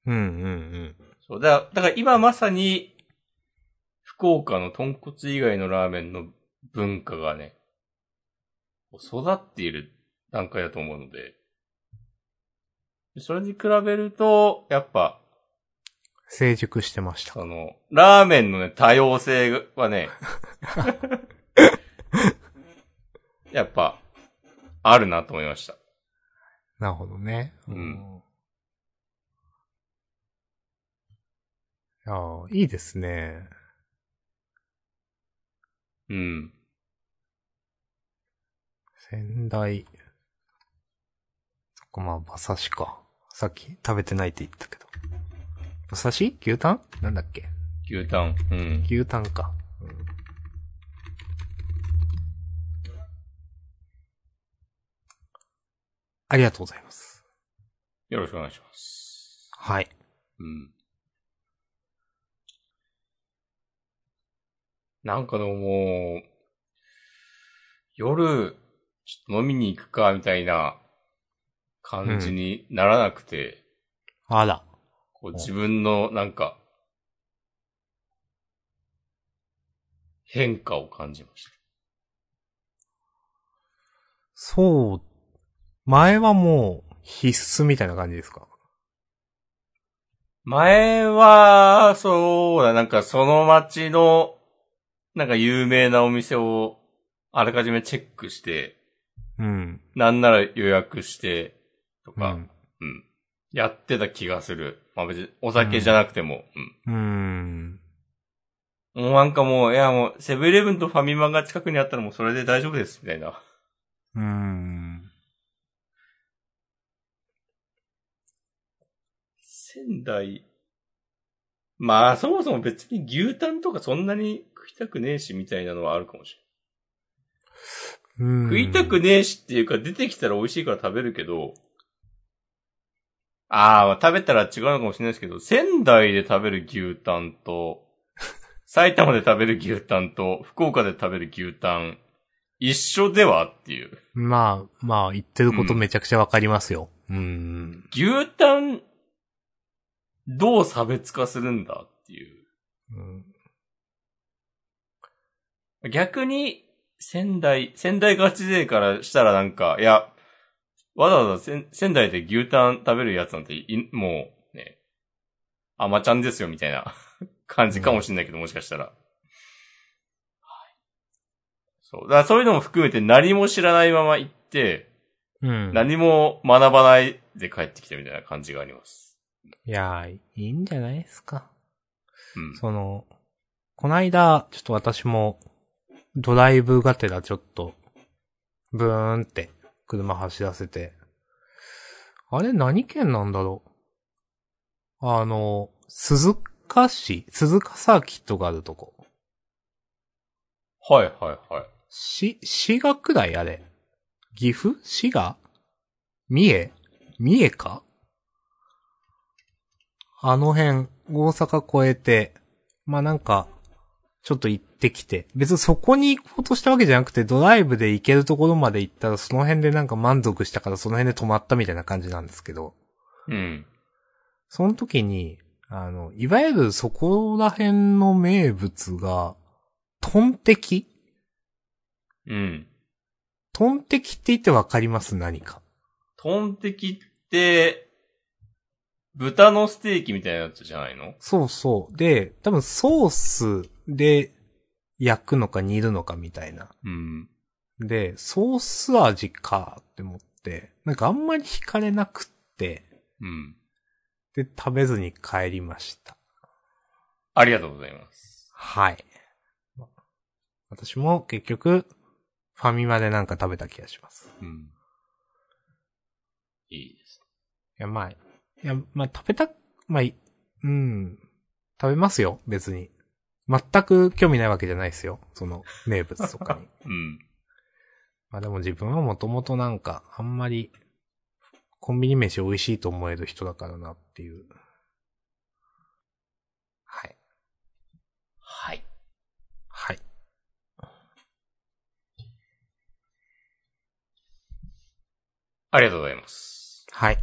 [SPEAKER 1] うん、うん、うん。
[SPEAKER 2] そうだ、だから今まさに、福岡の豚骨以外のラーメンの文化がね、育っている段階だと思うので、それに比べると、やっぱ、
[SPEAKER 1] 成熟してました。
[SPEAKER 2] その、ラーメンのね、多様性はね、やっぱ、あるなと思いました。
[SPEAKER 1] なるほどね。
[SPEAKER 2] うん
[SPEAKER 1] いやーいいですね。
[SPEAKER 2] うん。
[SPEAKER 1] 仙台。そっかまあ、馬刺しか。さっき食べてないって言ったけど。馬刺し牛タンなんだっけ
[SPEAKER 2] 牛タン。うん。
[SPEAKER 1] 牛タンか。うんありがとうございます。
[SPEAKER 2] よろしくお願いします。
[SPEAKER 3] はい。
[SPEAKER 2] うん。なんかでももう、夜、ちょっと飲みに行くか、みたいな感じにならなくて、
[SPEAKER 1] あら。
[SPEAKER 2] こう自分のなんか、変化を感じまし
[SPEAKER 3] そう。前はもう必須みたいな感じですか
[SPEAKER 2] た。前は、そうだ、なんかその街の、なんか有名なお店を、あらかじめチェックして、
[SPEAKER 3] うん。
[SPEAKER 2] なんなら予約して、と
[SPEAKER 3] う
[SPEAKER 2] か、
[SPEAKER 3] ん。
[SPEAKER 2] うん。やってた気がする。まあ別に、お酒じゃなくても。
[SPEAKER 3] うん。
[SPEAKER 2] うん。もうなんかもう、いやもう、セブンイレブンとファミマが近くにあったらもうそれで大丈夫です、みたいな。
[SPEAKER 3] うん。
[SPEAKER 2] 仙台。まあ、そもそも別に牛タンとかそんなに食いたくねえし、みたいなのはあるかもし
[SPEAKER 3] うん
[SPEAKER 2] れない。食いたくねえしっていうか、出てきたら美味しいから食べるけど、ああ、まあ食べたら違うのかもしれないですけど、仙台で食べる牛タン と、埼玉で食べる牛タンと、福岡で食べる牛タン、一緒ではっていう。
[SPEAKER 1] まあ、まあ、言ってること
[SPEAKER 2] うん
[SPEAKER 1] めちゃくちゃわかりますよ。うん。
[SPEAKER 2] 牛タン、どう差別化するんだっていう。
[SPEAKER 3] うん。
[SPEAKER 2] 逆に、仙台、仙台ガチ勢からしたらなんか、いや、わざわざ仙仙台で牛タン食べるやつなんてい、いもうね、甘ちゃんですよみたいな 感じかもしれないけど、もしかしたら。はいそう。だからそういうのも含めて何も知らないまま行って、
[SPEAKER 1] うん。
[SPEAKER 2] 何も学ばないで帰ってきたみたいな感じがあります。
[SPEAKER 1] いやー、いいんじゃないですか。
[SPEAKER 2] うん。
[SPEAKER 1] その、こないだ、ちょっと私も、ドライブがてらちょっと、ブーンって、車走らせて、あれ何県なんだろうあの、鈴鹿市鈴鹿サーキットがあるとこ。
[SPEAKER 2] はいはいはい。
[SPEAKER 1] し、滋賀くらいあれ。岐阜滋賀三重三重かあの辺、大阪越えて、まあ、なんか、ちょっと行ってきて、別にそこに行こうとしたわけじゃなくて、ドライブで行けるところまで行ったら、その辺でなんか満足したから、その辺で止まったみたいな感じなんですけど、
[SPEAKER 2] うん。
[SPEAKER 1] その時に、あの、いわゆるそこら辺の名物が、トンテキ
[SPEAKER 2] うん。
[SPEAKER 1] トンテキって言ってわかります何か。
[SPEAKER 2] トンテキって、豚のステーキみたいなやつじゃないの
[SPEAKER 1] そうそう。で、多分ソースで焼くのか煮るのかみたいな。
[SPEAKER 2] うん。
[SPEAKER 1] で、ソース味かって思って、なんかあんまり惹かれなくって、
[SPEAKER 2] うん。
[SPEAKER 1] で、食べずに帰りました。
[SPEAKER 2] ありがとうございます。
[SPEAKER 1] はい。私も結局、ファミマでなんか食べた気がします。
[SPEAKER 2] うん。いいです。
[SPEAKER 1] いや、まあ、いや、まあ食べた、まあ、いうん。食べますよ、別に。全く興味ないわけじゃないですよ。その、名物とか に。
[SPEAKER 2] うん。
[SPEAKER 1] まあでも自分はもともとなんか、あんまり、コンビニ飯美味しいと思える人だからなっていう。はい。
[SPEAKER 2] はい。
[SPEAKER 1] はい。
[SPEAKER 2] ありがとうございます。
[SPEAKER 1] はい。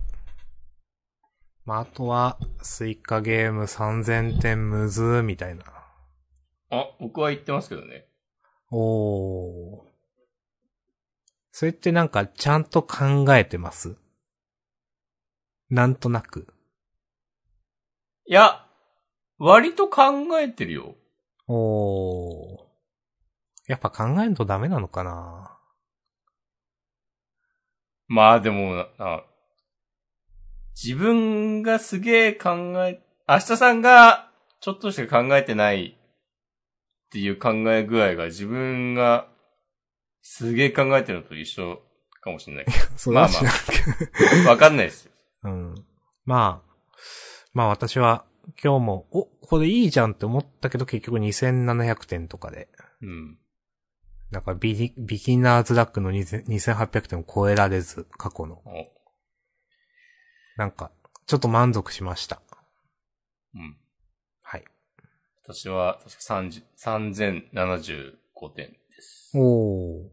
[SPEAKER 1] まああとは、スイカゲーム3000点むずーみたいな。
[SPEAKER 2] あ、僕は言ってますけどね。
[SPEAKER 1] おー。それってなんか、ちゃんと考えてますなんとなく。
[SPEAKER 2] いや、割と考えてるよ。
[SPEAKER 1] おー。やっぱ考えるとダメなのかな
[SPEAKER 2] まあでもな、な自分がすげえ考え、明日さんがちょっとしか考えてないっていう考え具合が自分がすげえ考えてるのと一緒かもし れないけ
[SPEAKER 1] そ
[SPEAKER 2] まあまあ
[SPEAKER 1] 知らんけ
[SPEAKER 2] ど。わかんないですよ。
[SPEAKER 1] どうん。まあ、まあ私は今日も、お、これいいじゃんって思ったけど結局2700点とかで。
[SPEAKER 2] うん。
[SPEAKER 1] だからビギビギナーズラックの2000 2800点を超えられず、過去の。
[SPEAKER 2] お
[SPEAKER 1] なんか、ちょっと満足しました。
[SPEAKER 2] うん。
[SPEAKER 1] はい。
[SPEAKER 2] 私は、確か30 3075点です。
[SPEAKER 1] おー。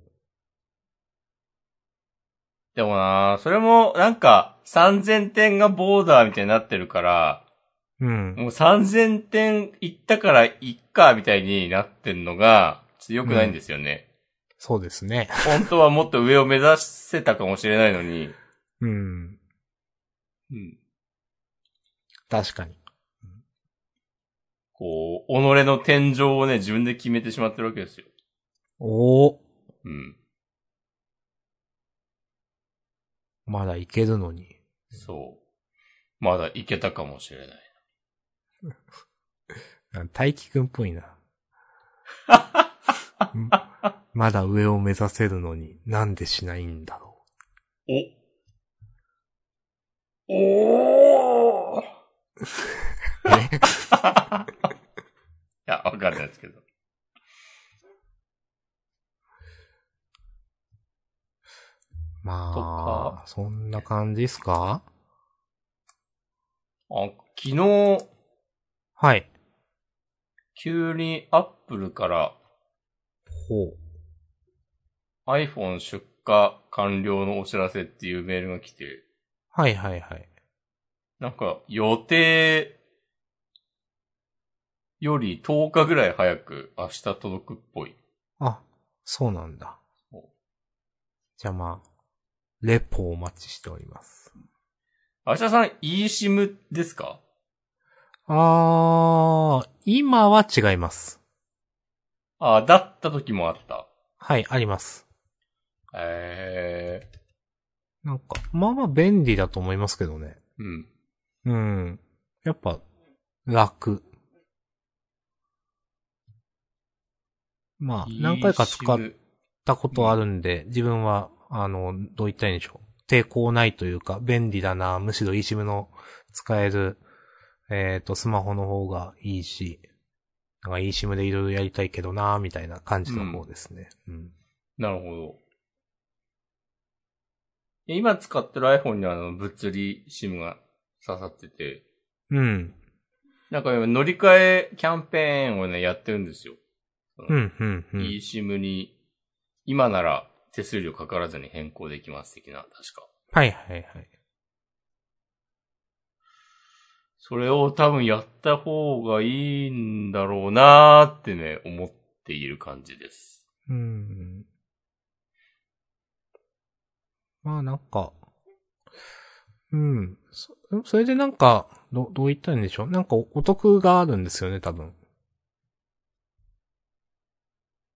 [SPEAKER 2] でもなそれも、なんか、3000点がボーダーみたいになってるから、
[SPEAKER 1] うん。
[SPEAKER 2] もう3000点いったからいっか、みたいになってんのが、ちょっと良くないんですよね。
[SPEAKER 1] そうですね。
[SPEAKER 2] 本当はもっと上を目指せたかもしれないのに、
[SPEAKER 1] うん。
[SPEAKER 2] うん、
[SPEAKER 1] 確かに。
[SPEAKER 2] こう、己の天井をね、自分で決めてしまってるわけですよ。
[SPEAKER 1] おー。
[SPEAKER 2] うん。
[SPEAKER 1] まだいけるのに。
[SPEAKER 2] そう。まだいけたかもしれない。
[SPEAKER 1] なん大輝くんっぽい な。うんまだ上を目指せるのに、なんでしないんだろ。
[SPEAKER 2] おおー いう
[SPEAKER 1] え
[SPEAKER 2] や、わかんないですけど。と
[SPEAKER 1] ま
[SPEAKER 2] か
[SPEAKER 1] あ、そんな感じですか
[SPEAKER 2] あ昨日、
[SPEAKER 1] はい。
[SPEAKER 2] 急にアップルから
[SPEAKER 1] ほう。
[SPEAKER 2] iPhone 出荷完了のお知らせっていうメールが来て、
[SPEAKER 1] はいはいはい。
[SPEAKER 2] なんか予定より10日ぐらい早く明日届くっぽい。
[SPEAKER 1] あ、そうなんだ
[SPEAKER 2] そう。
[SPEAKER 1] じゃあまあ、レポをお待ちしております。
[SPEAKER 2] 明日さん eSIM ですか
[SPEAKER 1] あー、今は違います。
[SPEAKER 2] あだった時もあった。
[SPEAKER 1] はい、あります。
[SPEAKER 2] ええ
[SPEAKER 1] なんか、まあまあ便利だと思いますけどね。
[SPEAKER 2] ー、うん。
[SPEAKER 1] うん。やっぱ、楽。まあ、何回か使っ
[SPEAKER 2] eSIM
[SPEAKER 1] ったことあるんで、自分は、あの、どう言ったらいいんでしょう。抵抗ないというか、便利だな、むしろ eSIM の使える、えっ、と、スマホの方がいいし、なんか eSIM でいろいろやりたいけどな、みたいな感じの方ですね。うん。
[SPEAKER 2] なるほど。え今使ってる iPhone にはあの物理 SIM が刺さってて、
[SPEAKER 1] うん。
[SPEAKER 2] なんか今乗り換えキャンペーンをね、やってるんですよ。
[SPEAKER 1] うん、うん、うん。
[SPEAKER 2] eSIM に、今なら手数料かからずに変更できます的な、確か。
[SPEAKER 1] はいはいはい。
[SPEAKER 2] それを多分やった方がいいんだろうなーってね、思っている感じです。
[SPEAKER 1] うん。まあなんか、うん。そそれでなんか、ど、どう言ったらいいんでしょう。なんかおお得があるんですよね、多分。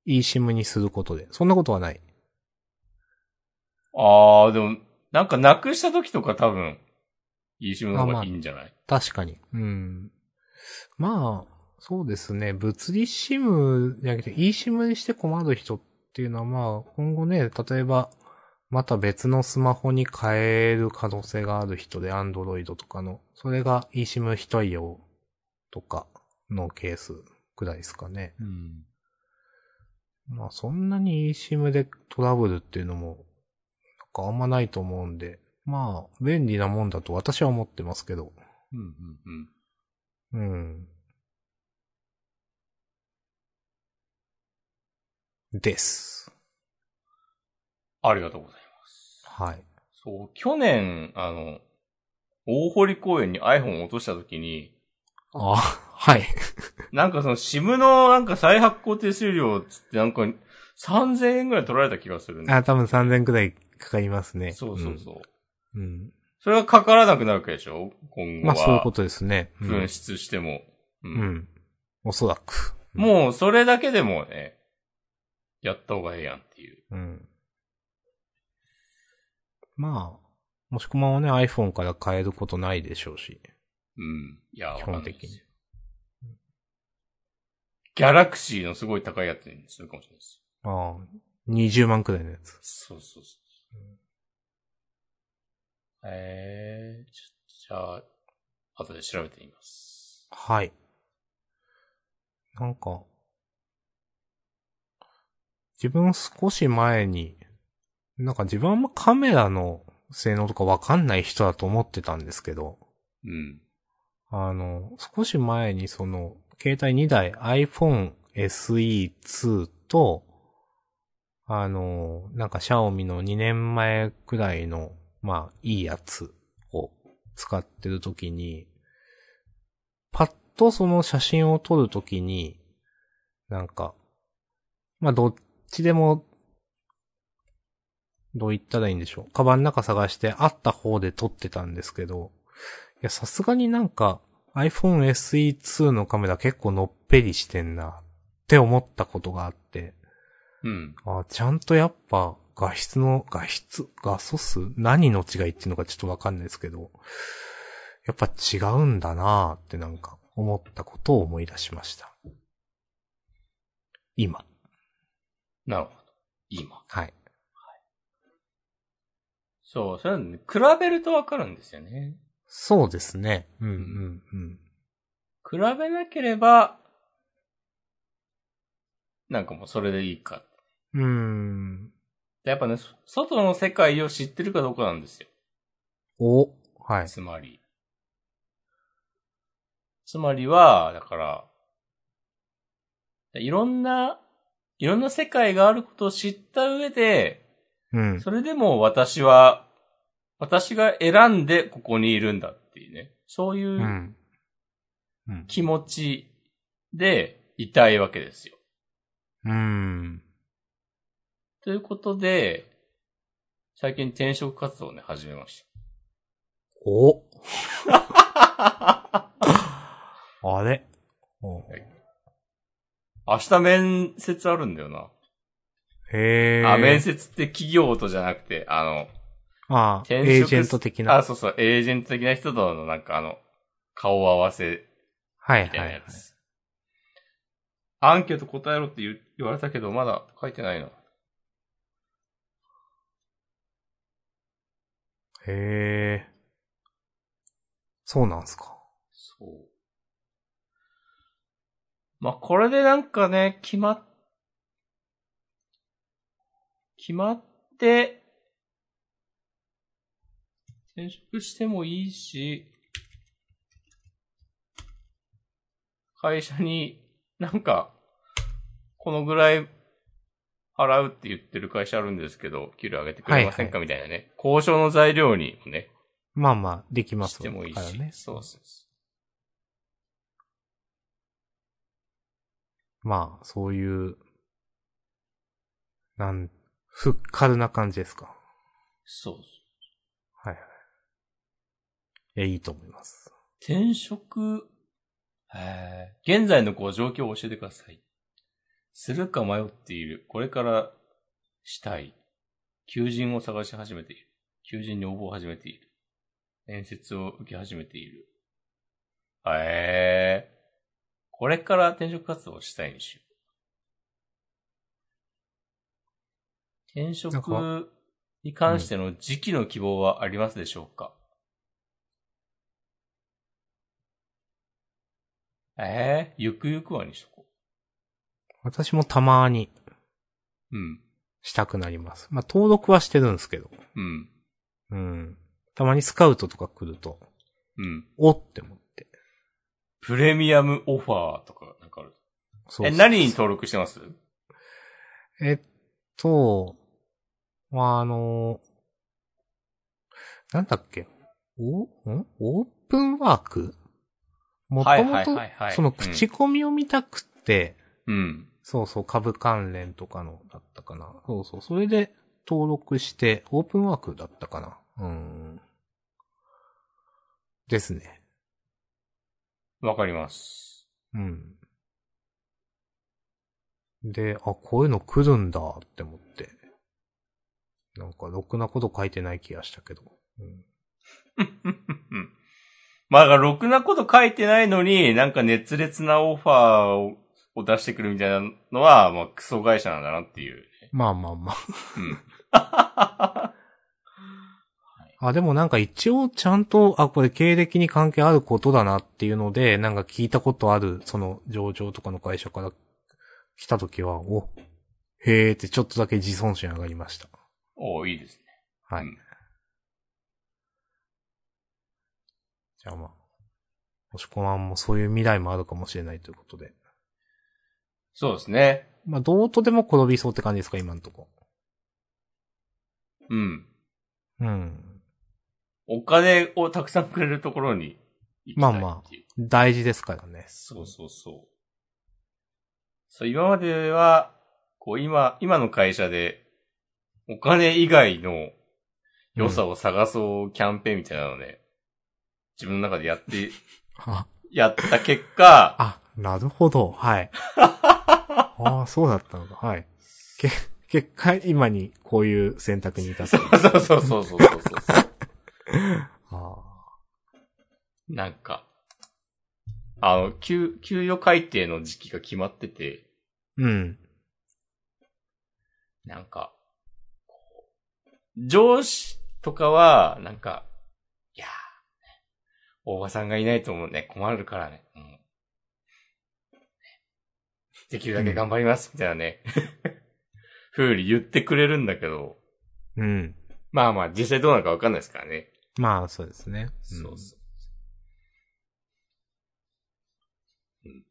[SPEAKER 1] eSIM にすることで。そんなことはない。
[SPEAKER 2] あー、でも、なんかなくした時とか多分、eSIM の方がいいんじゃない、
[SPEAKER 1] 確かに。うん。まあ、そうですね。物理 SIM じゃなくて eSIM にして困る人っていうのはまあ、今後ね、例えば、また別のスマホに変える可能性がある人で、Android とかの、それが eSIM 非対応とかのケースくらいですかね。
[SPEAKER 2] うん。
[SPEAKER 1] まあ、そんなに eSIM でトラブルっていうのも、なんかあんまないと思うんで、まあ、便利なもんだと私は思ってますけど。
[SPEAKER 2] うん、うん、うん。
[SPEAKER 1] うん。です。
[SPEAKER 2] ありがとうございます。
[SPEAKER 1] はい。
[SPEAKER 2] そう、去年、あの、大堀公園に iPhone を落とした時に、
[SPEAKER 1] あ、はい。
[SPEAKER 2] なんかその SIM のなんか再発行手数料っつってなんか3000円ぐらい取られた気がするね。
[SPEAKER 1] あ、多分3000くらいかかりますね。
[SPEAKER 2] そうそうそう。
[SPEAKER 1] うん。うん。
[SPEAKER 2] それがかからなくなるわけでしょ今後
[SPEAKER 1] ま
[SPEAKER 2] は。
[SPEAKER 1] あそういうことですね。う
[SPEAKER 2] 紛
[SPEAKER 1] ん。
[SPEAKER 2] 失しても。う
[SPEAKER 1] う。ん。おそらく。
[SPEAKER 2] もうそれだけでもね、やった方がええやんっていう。
[SPEAKER 1] うん。まあ、もしくはね、iPhone から変えることないでしょうし。
[SPEAKER 2] うん。いや、
[SPEAKER 1] 基本
[SPEAKER 2] わかんないです
[SPEAKER 1] 的に
[SPEAKER 2] よ。ギャラクシーのすごい高いやつにするかもしれないです。
[SPEAKER 1] ああ、20万くらいのやつ。
[SPEAKER 2] そうそうそう。えー、ちょじゃあ、後で調べてみます。
[SPEAKER 1] はい。なんか、自分少し前に、なんか自分はあんまカメラの性能とかわかんない人だと思ってたんですけど、
[SPEAKER 2] うん。
[SPEAKER 1] あの、少し前にその、携帯2台 iPhone SE2 と、あの、なんか Xiaomi の2年前くらいの、まあ、いいやつを使ってるときに、パッとその写真を撮るときに、なんか、まあ、どっちでも、どう言ったらいいんでしょう。カバンの中探してあった方で撮ってたんですけど、いや、さすがになんか iPhone SE2 のカメラ結構のっぺりしてんなって思ったことがあって、
[SPEAKER 2] うん。
[SPEAKER 1] あちゃんとやっぱ画質の、画質、画素数何の違いっていうのかちょっとわかんないですけど、やっぱ違うんだなってなんか思ったことを思い出しました。今。
[SPEAKER 2] なるほど。今。
[SPEAKER 1] はい。
[SPEAKER 2] そう、それはね、比べるとわかるんですよね。
[SPEAKER 1] そうですね。うんうんうん。
[SPEAKER 2] 比べなければ、なんかもうそれでいいか。
[SPEAKER 1] うーん。
[SPEAKER 2] やっぱね、そ外の世界を知ってるかどうかなんですよ。
[SPEAKER 1] お。はい。
[SPEAKER 2] つまり。つまりは、だから、いろんな、いろんな世界があることを知った上で、
[SPEAKER 1] うん。。
[SPEAKER 2] それでも私は、私が選んでここにいるんだっていうね。そういううん
[SPEAKER 1] うん。
[SPEAKER 2] 気持ちでいたいわけですよ。
[SPEAKER 1] うーん。
[SPEAKER 2] ということで、最近転職活動をね、始めまし
[SPEAKER 1] お。
[SPEAKER 2] た。
[SPEAKER 1] あれお
[SPEAKER 2] 明日面接あるんだよな。
[SPEAKER 1] へえ。
[SPEAKER 2] あ、面接って企業とじゃなくて、あの、
[SPEAKER 1] ああエ
[SPEAKER 2] 転職
[SPEAKER 1] ージェント的な。
[SPEAKER 2] あ、そうそう、エージェント的な人とのなんかあの、顔合わせ
[SPEAKER 1] はい
[SPEAKER 2] み
[SPEAKER 1] はい
[SPEAKER 2] たいな
[SPEAKER 1] は
[SPEAKER 2] や
[SPEAKER 1] い。
[SPEAKER 2] つ。アンケート答えろって言言われたけど、まだ書いてないな。
[SPEAKER 1] へえ。そうなんすか。
[SPEAKER 2] そう。まあ、これでなんかね、決まっ、決まって、転職してもいいし、会社になんか、このぐらい払うって言ってる会社あるんですけど、給料上げてくれませんか、みたいなね。交渉の材料にもね、
[SPEAKER 1] まあまあ、できま
[SPEAKER 2] し
[SPEAKER 1] す
[SPEAKER 2] てもいい
[SPEAKER 1] から
[SPEAKER 2] し。
[SPEAKER 1] ね。
[SPEAKER 2] そうそうそ
[SPEAKER 1] まあ、そういう、なん、ふっかるな感じですか。
[SPEAKER 2] う。そうそう。
[SPEAKER 1] はいはい。いや、いいと思います。
[SPEAKER 2] 転職、えー現在のこう状況を教えてください。するか迷っている。これからしたい。求人を探し始めている。求人に応募を始めている。面接を受け始めている。えー、これから転職活動をしたいにしよう。転
[SPEAKER 1] なんか
[SPEAKER 2] 職に関しての時期の希望はありますでしょうか、ええゆくゆくはにしとこ
[SPEAKER 1] 私もたまに
[SPEAKER 2] う。うん。
[SPEAKER 1] したくなります。まあ、登録はしてるんですけど。
[SPEAKER 2] うん。
[SPEAKER 1] うん。たまにスカウトとか来ると、
[SPEAKER 2] うん。
[SPEAKER 1] おって思って。
[SPEAKER 2] プレミアムオファーとか、なんかある。
[SPEAKER 1] そう
[SPEAKER 2] え、
[SPEAKER 1] そう
[SPEAKER 2] 何に登録してます
[SPEAKER 1] えっと、まあ、あの、なんだっけ、お、んオープンワークも
[SPEAKER 2] は
[SPEAKER 1] と
[SPEAKER 2] い
[SPEAKER 1] も
[SPEAKER 2] はい
[SPEAKER 1] と
[SPEAKER 2] はいは、い
[SPEAKER 1] その口コミを見たくって、
[SPEAKER 2] うん。
[SPEAKER 1] そうそう、株関連とかのだったかな。そうそう、それで登録して、オープンワークだったかな。うーん。ですね。
[SPEAKER 2] わかります。
[SPEAKER 1] うん。で、あ、こういうの来るんだって思って。なんか、ろくなこと書いてない気がしたけど。うん、
[SPEAKER 2] うんまあ、だからろくなこと書いてないのに、なんか熱烈なオファーをを出してくるみたいなのは、まあ、クソ会社なんだなっ ていう。
[SPEAKER 1] まあまあまあ。
[SPEAKER 2] うん。
[SPEAKER 1] あ、でもなんか一応ちゃんと、あ、これ経歴に関係あることだなっていうので、なんか聞いたことある、その上場とかの会社から来た時は、お、へーってちょっとだけ自尊心上がりました。
[SPEAKER 2] おーいいですね。
[SPEAKER 1] はい。
[SPEAKER 2] うん
[SPEAKER 1] じゃあまあ、押し込まんもそういう未来もあるかもしれないということで。
[SPEAKER 2] そうですね。
[SPEAKER 1] まあ、どうとでも転びそうって感じですか、今んとこ。
[SPEAKER 2] うん。
[SPEAKER 1] うん。
[SPEAKER 2] お金をたくさんくれるところに行きたいっていう
[SPEAKER 1] まあま大事ですからね。
[SPEAKER 2] そうそうそう。そう、今までは、こう今、今の会社で、お金以外の良さを探そうキャンペーンみたいなので、自分の中で やって、
[SPEAKER 1] あ、
[SPEAKER 2] やった結果、
[SPEAKER 1] あ、なるほど。 はい。ああ、そうだったのか。はい。け、結果、今にこういう選択に至った。
[SPEAKER 2] そうそうそうそうそうそうそう。
[SPEAKER 1] あ
[SPEAKER 2] なんか、あの、給、給与改定の時期が決まってて、
[SPEAKER 1] ーうん。
[SPEAKER 2] なんか、こう上司とかは、なんか、いやー、大場さんがいないともうね、困るからね、うんねできるだけ頑張ります、みたいなね、 ふうに言ってくれるんだけど、
[SPEAKER 1] うん。
[SPEAKER 2] まあまあ、実際どうなるかわかんないですからね。
[SPEAKER 1] まあ、そうですね。ん
[SPEAKER 2] そうそう。うん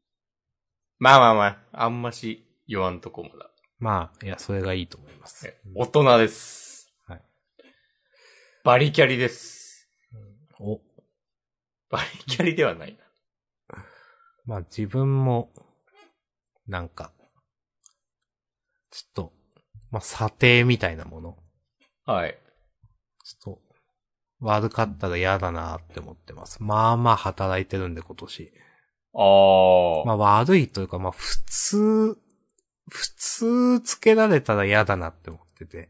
[SPEAKER 2] まあまあまあ、あんまし言わんとこまだ。
[SPEAKER 1] まあ、いや、それがいいと思います。
[SPEAKER 2] 大人です。
[SPEAKER 1] はい
[SPEAKER 2] バリキャリです。
[SPEAKER 1] お、
[SPEAKER 2] バリキャリではないな。
[SPEAKER 1] まあ自分も、なんか、ちょっと、まあ査定みたいなもの、
[SPEAKER 2] はい。
[SPEAKER 1] ちょっと、悪かったら嫌だなって思ってます。まあまあ働いてるんで今年。
[SPEAKER 2] あー。
[SPEAKER 1] まあ悪いというか、まあ普通、普通つけられたら嫌だなって思ってて。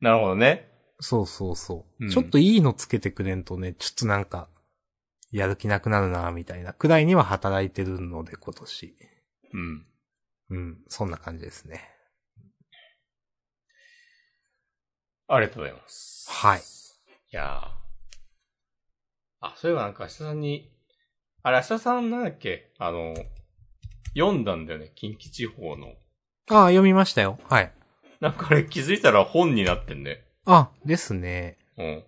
[SPEAKER 2] なるほどね。
[SPEAKER 1] そうそうそう。
[SPEAKER 2] うん
[SPEAKER 1] ちょっといいのつけてくれんとね、ちょっとなんか、やる気なくなるなみたいなくらいには働いてるので今年。
[SPEAKER 2] うん。
[SPEAKER 1] うん、そんな感じですね。
[SPEAKER 2] ありがとうございます。
[SPEAKER 1] はい
[SPEAKER 2] いやーあ、そういえばなんか明日さんに、あれ明日さんなんだっけあの、読んだんだよね。近畿地方の。
[SPEAKER 1] ああ、読みましたよ。はい。
[SPEAKER 2] なんかあれ気づいたら本になってんね。
[SPEAKER 1] あ、ですね。
[SPEAKER 2] うん。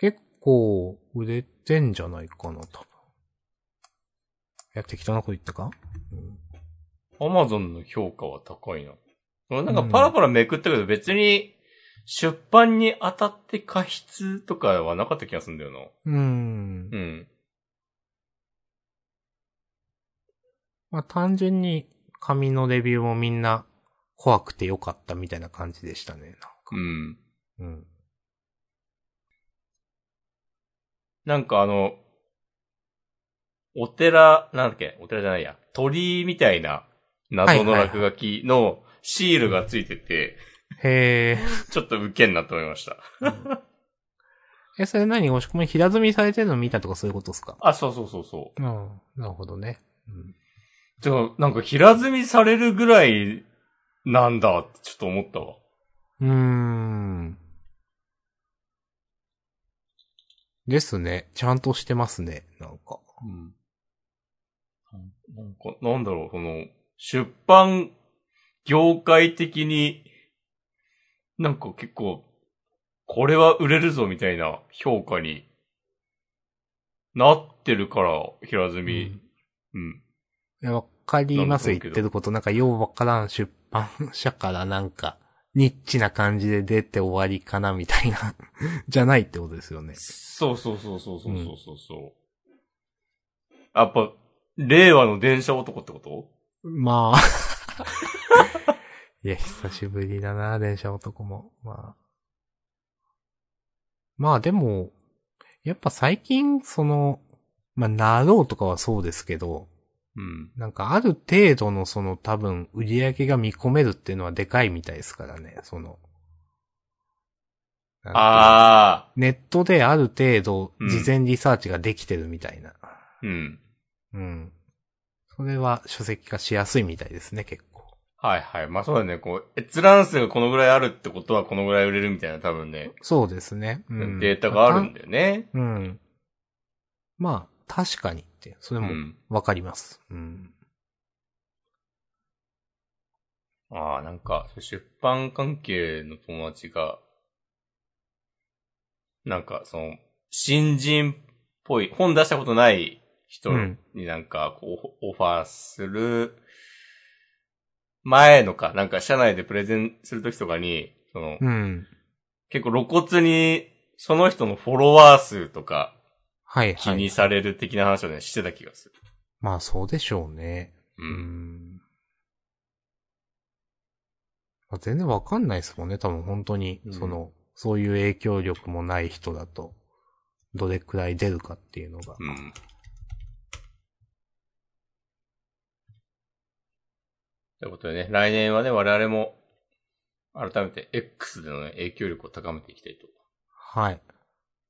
[SPEAKER 1] 結構、売れてんじゃないかな、多分。いや、適当なこと言ったか
[SPEAKER 2] アマゾンの評価は高いな。俺なんかパラパラめくったけど別に出版に当たって過失とかはなかった気がするんだよな。
[SPEAKER 1] うーん
[SPEAKER 2] う。ん。
[SPEAKER 1] まあ、単純に、紙のレビューもみんな、怖くてよかったみたいな感じでしたね、
[SPEAKER 2] うん。
[SPEAKER 1] なんか。
[SPEAKER 2] なんかあの、お寺、なんだっけ、お寺じゃないや、鳥居みたいな謎の落書きのシールがついてて、
[SPEAKER 1] うん。へえ。
[SPEAKER 2] ちょっとウケんなと思いました。
[SPEAKER 1] え、それ何押し込み平積みされてるの見たとかそういうことですか
[SPEAKER 2] あ、そうそうそうそ
[SPEAKER 1] うん。なるほどね。うん。
[SPEAKER 2] う。でも、なんか平積みされるぐらいなんだってちょっと思ったわ。
[SPEAKER 1] うーん。ですね。ちゃんとしてますね。なんか。
[SPEAKER 2] うん。なんか、なんだろう、その、出版業界的に、なんか結構、これは売れるぞみたいな評価になってるから、平積み。うん。
[SPEAKER 1] いやわかります
[SPEAKER 2] な
[SPEAKER 1] 言っ
[SPEAKER 2] んかそうだけど
[SPEAKER 1] てること。なんか、ようわからん出版社からなんか、ニッチな感じで出て終わりかなみたいな、 じゃないってことですよね。
[SPEAKER 2] そうそうそうそうそうそうそうそう。やっぱ、令和の電車男ってこと
[SPEAKER 1] まあ。 いや、久しぶりだな、電車男も。まあ。まあでも、やっぱ最近、その、まあ、なろうとかはそうですけど、
[SPEAKER 2] うん。
[SPEAKER 1] なんかある程度のその多分売り上げが見込めるっていうのはでかいみたいですからね、その。なんていうの
[SPEAKER 2] ああ、
[SPEAKER 1] ネットである程度
[SPEAKER 2] うん
[SPEAKER 1] 事前リサーチができてるみたいな。
[SPEAKER 2] うん。
[SPEAKER 1] うん。それは書籍化しやすいみたいですね、結構。
[SPEAKER 2] はいはい。まあそうだね。こう、閲覧数がこのぐらいあるってことはこのぐらい売れるみたいな多分ね、
[SPEAKER 1] そうですね。うん、
[SPEAKER 2] データがあるん
[SPEAKER 1] で。
[SPEAKER 2] だよね。
[SPEAKER 1] うん。まあ、確かにって、それ
[SPEAKER 2] う
[SPEAKER 1] も
[SPEAKER 2] ん。
[SPEAKER 1] わかります。うん。
[SPEAKER 2] ああ、なんか、出版関係の友達が、なんか、その、新人っぽい、本出したことない人
[SPEAKER 1] うん
[SPEAKER 2] になんか、こう、オファーする、前のか、なんか社内でプレゼンするときとかに、その、
[SPEAKER 1] うん。
[SPEAKER 2] 結構露骨に、その人のフォロワー数とか
[SPEAKER 1] はい
[SPEAKER 2] 気
[SPEAKER 1] は
[SPEAKER 2] に
[SPEAKER 1] い。
[SPEAKER 2] される的な話をね、してた気がする。
[SPEAKER 1] まあそうでしょうね。
[SPEAKER 2] う。
[SPEAKER 1] うんん。まあ、全然わかんないですもんね。多分本当に
[SPEAKER 2] う、ん
[SPEAKER 1] その、そういう影響力もない人だと、どれくらい出るかっていうのが。
[SPEAKER 2] うん。ということでね、来年はね、我々も、改めて X での、ね、影響力を高めていきたいと。
[SPEAKER 1] はい。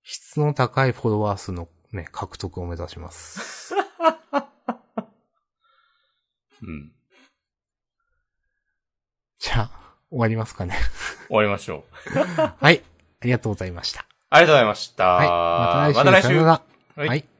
[SPEAKER 1] 質の高いフォロワー数のね、獲得を目指します。
[SPEAKER 2] うん。
[SPEAKER 1] じゃあ、終わりますかね。
[SPEAKER 2] 終わりましょう。
[SPEAKER 1] はい。ありがとうございました。
[SPEAKER 2] ありがとうございました。
[SPEAKER 1] はい。また来週。さよなら
[SPEAKER 2] はい
[SPEAKER 1] はい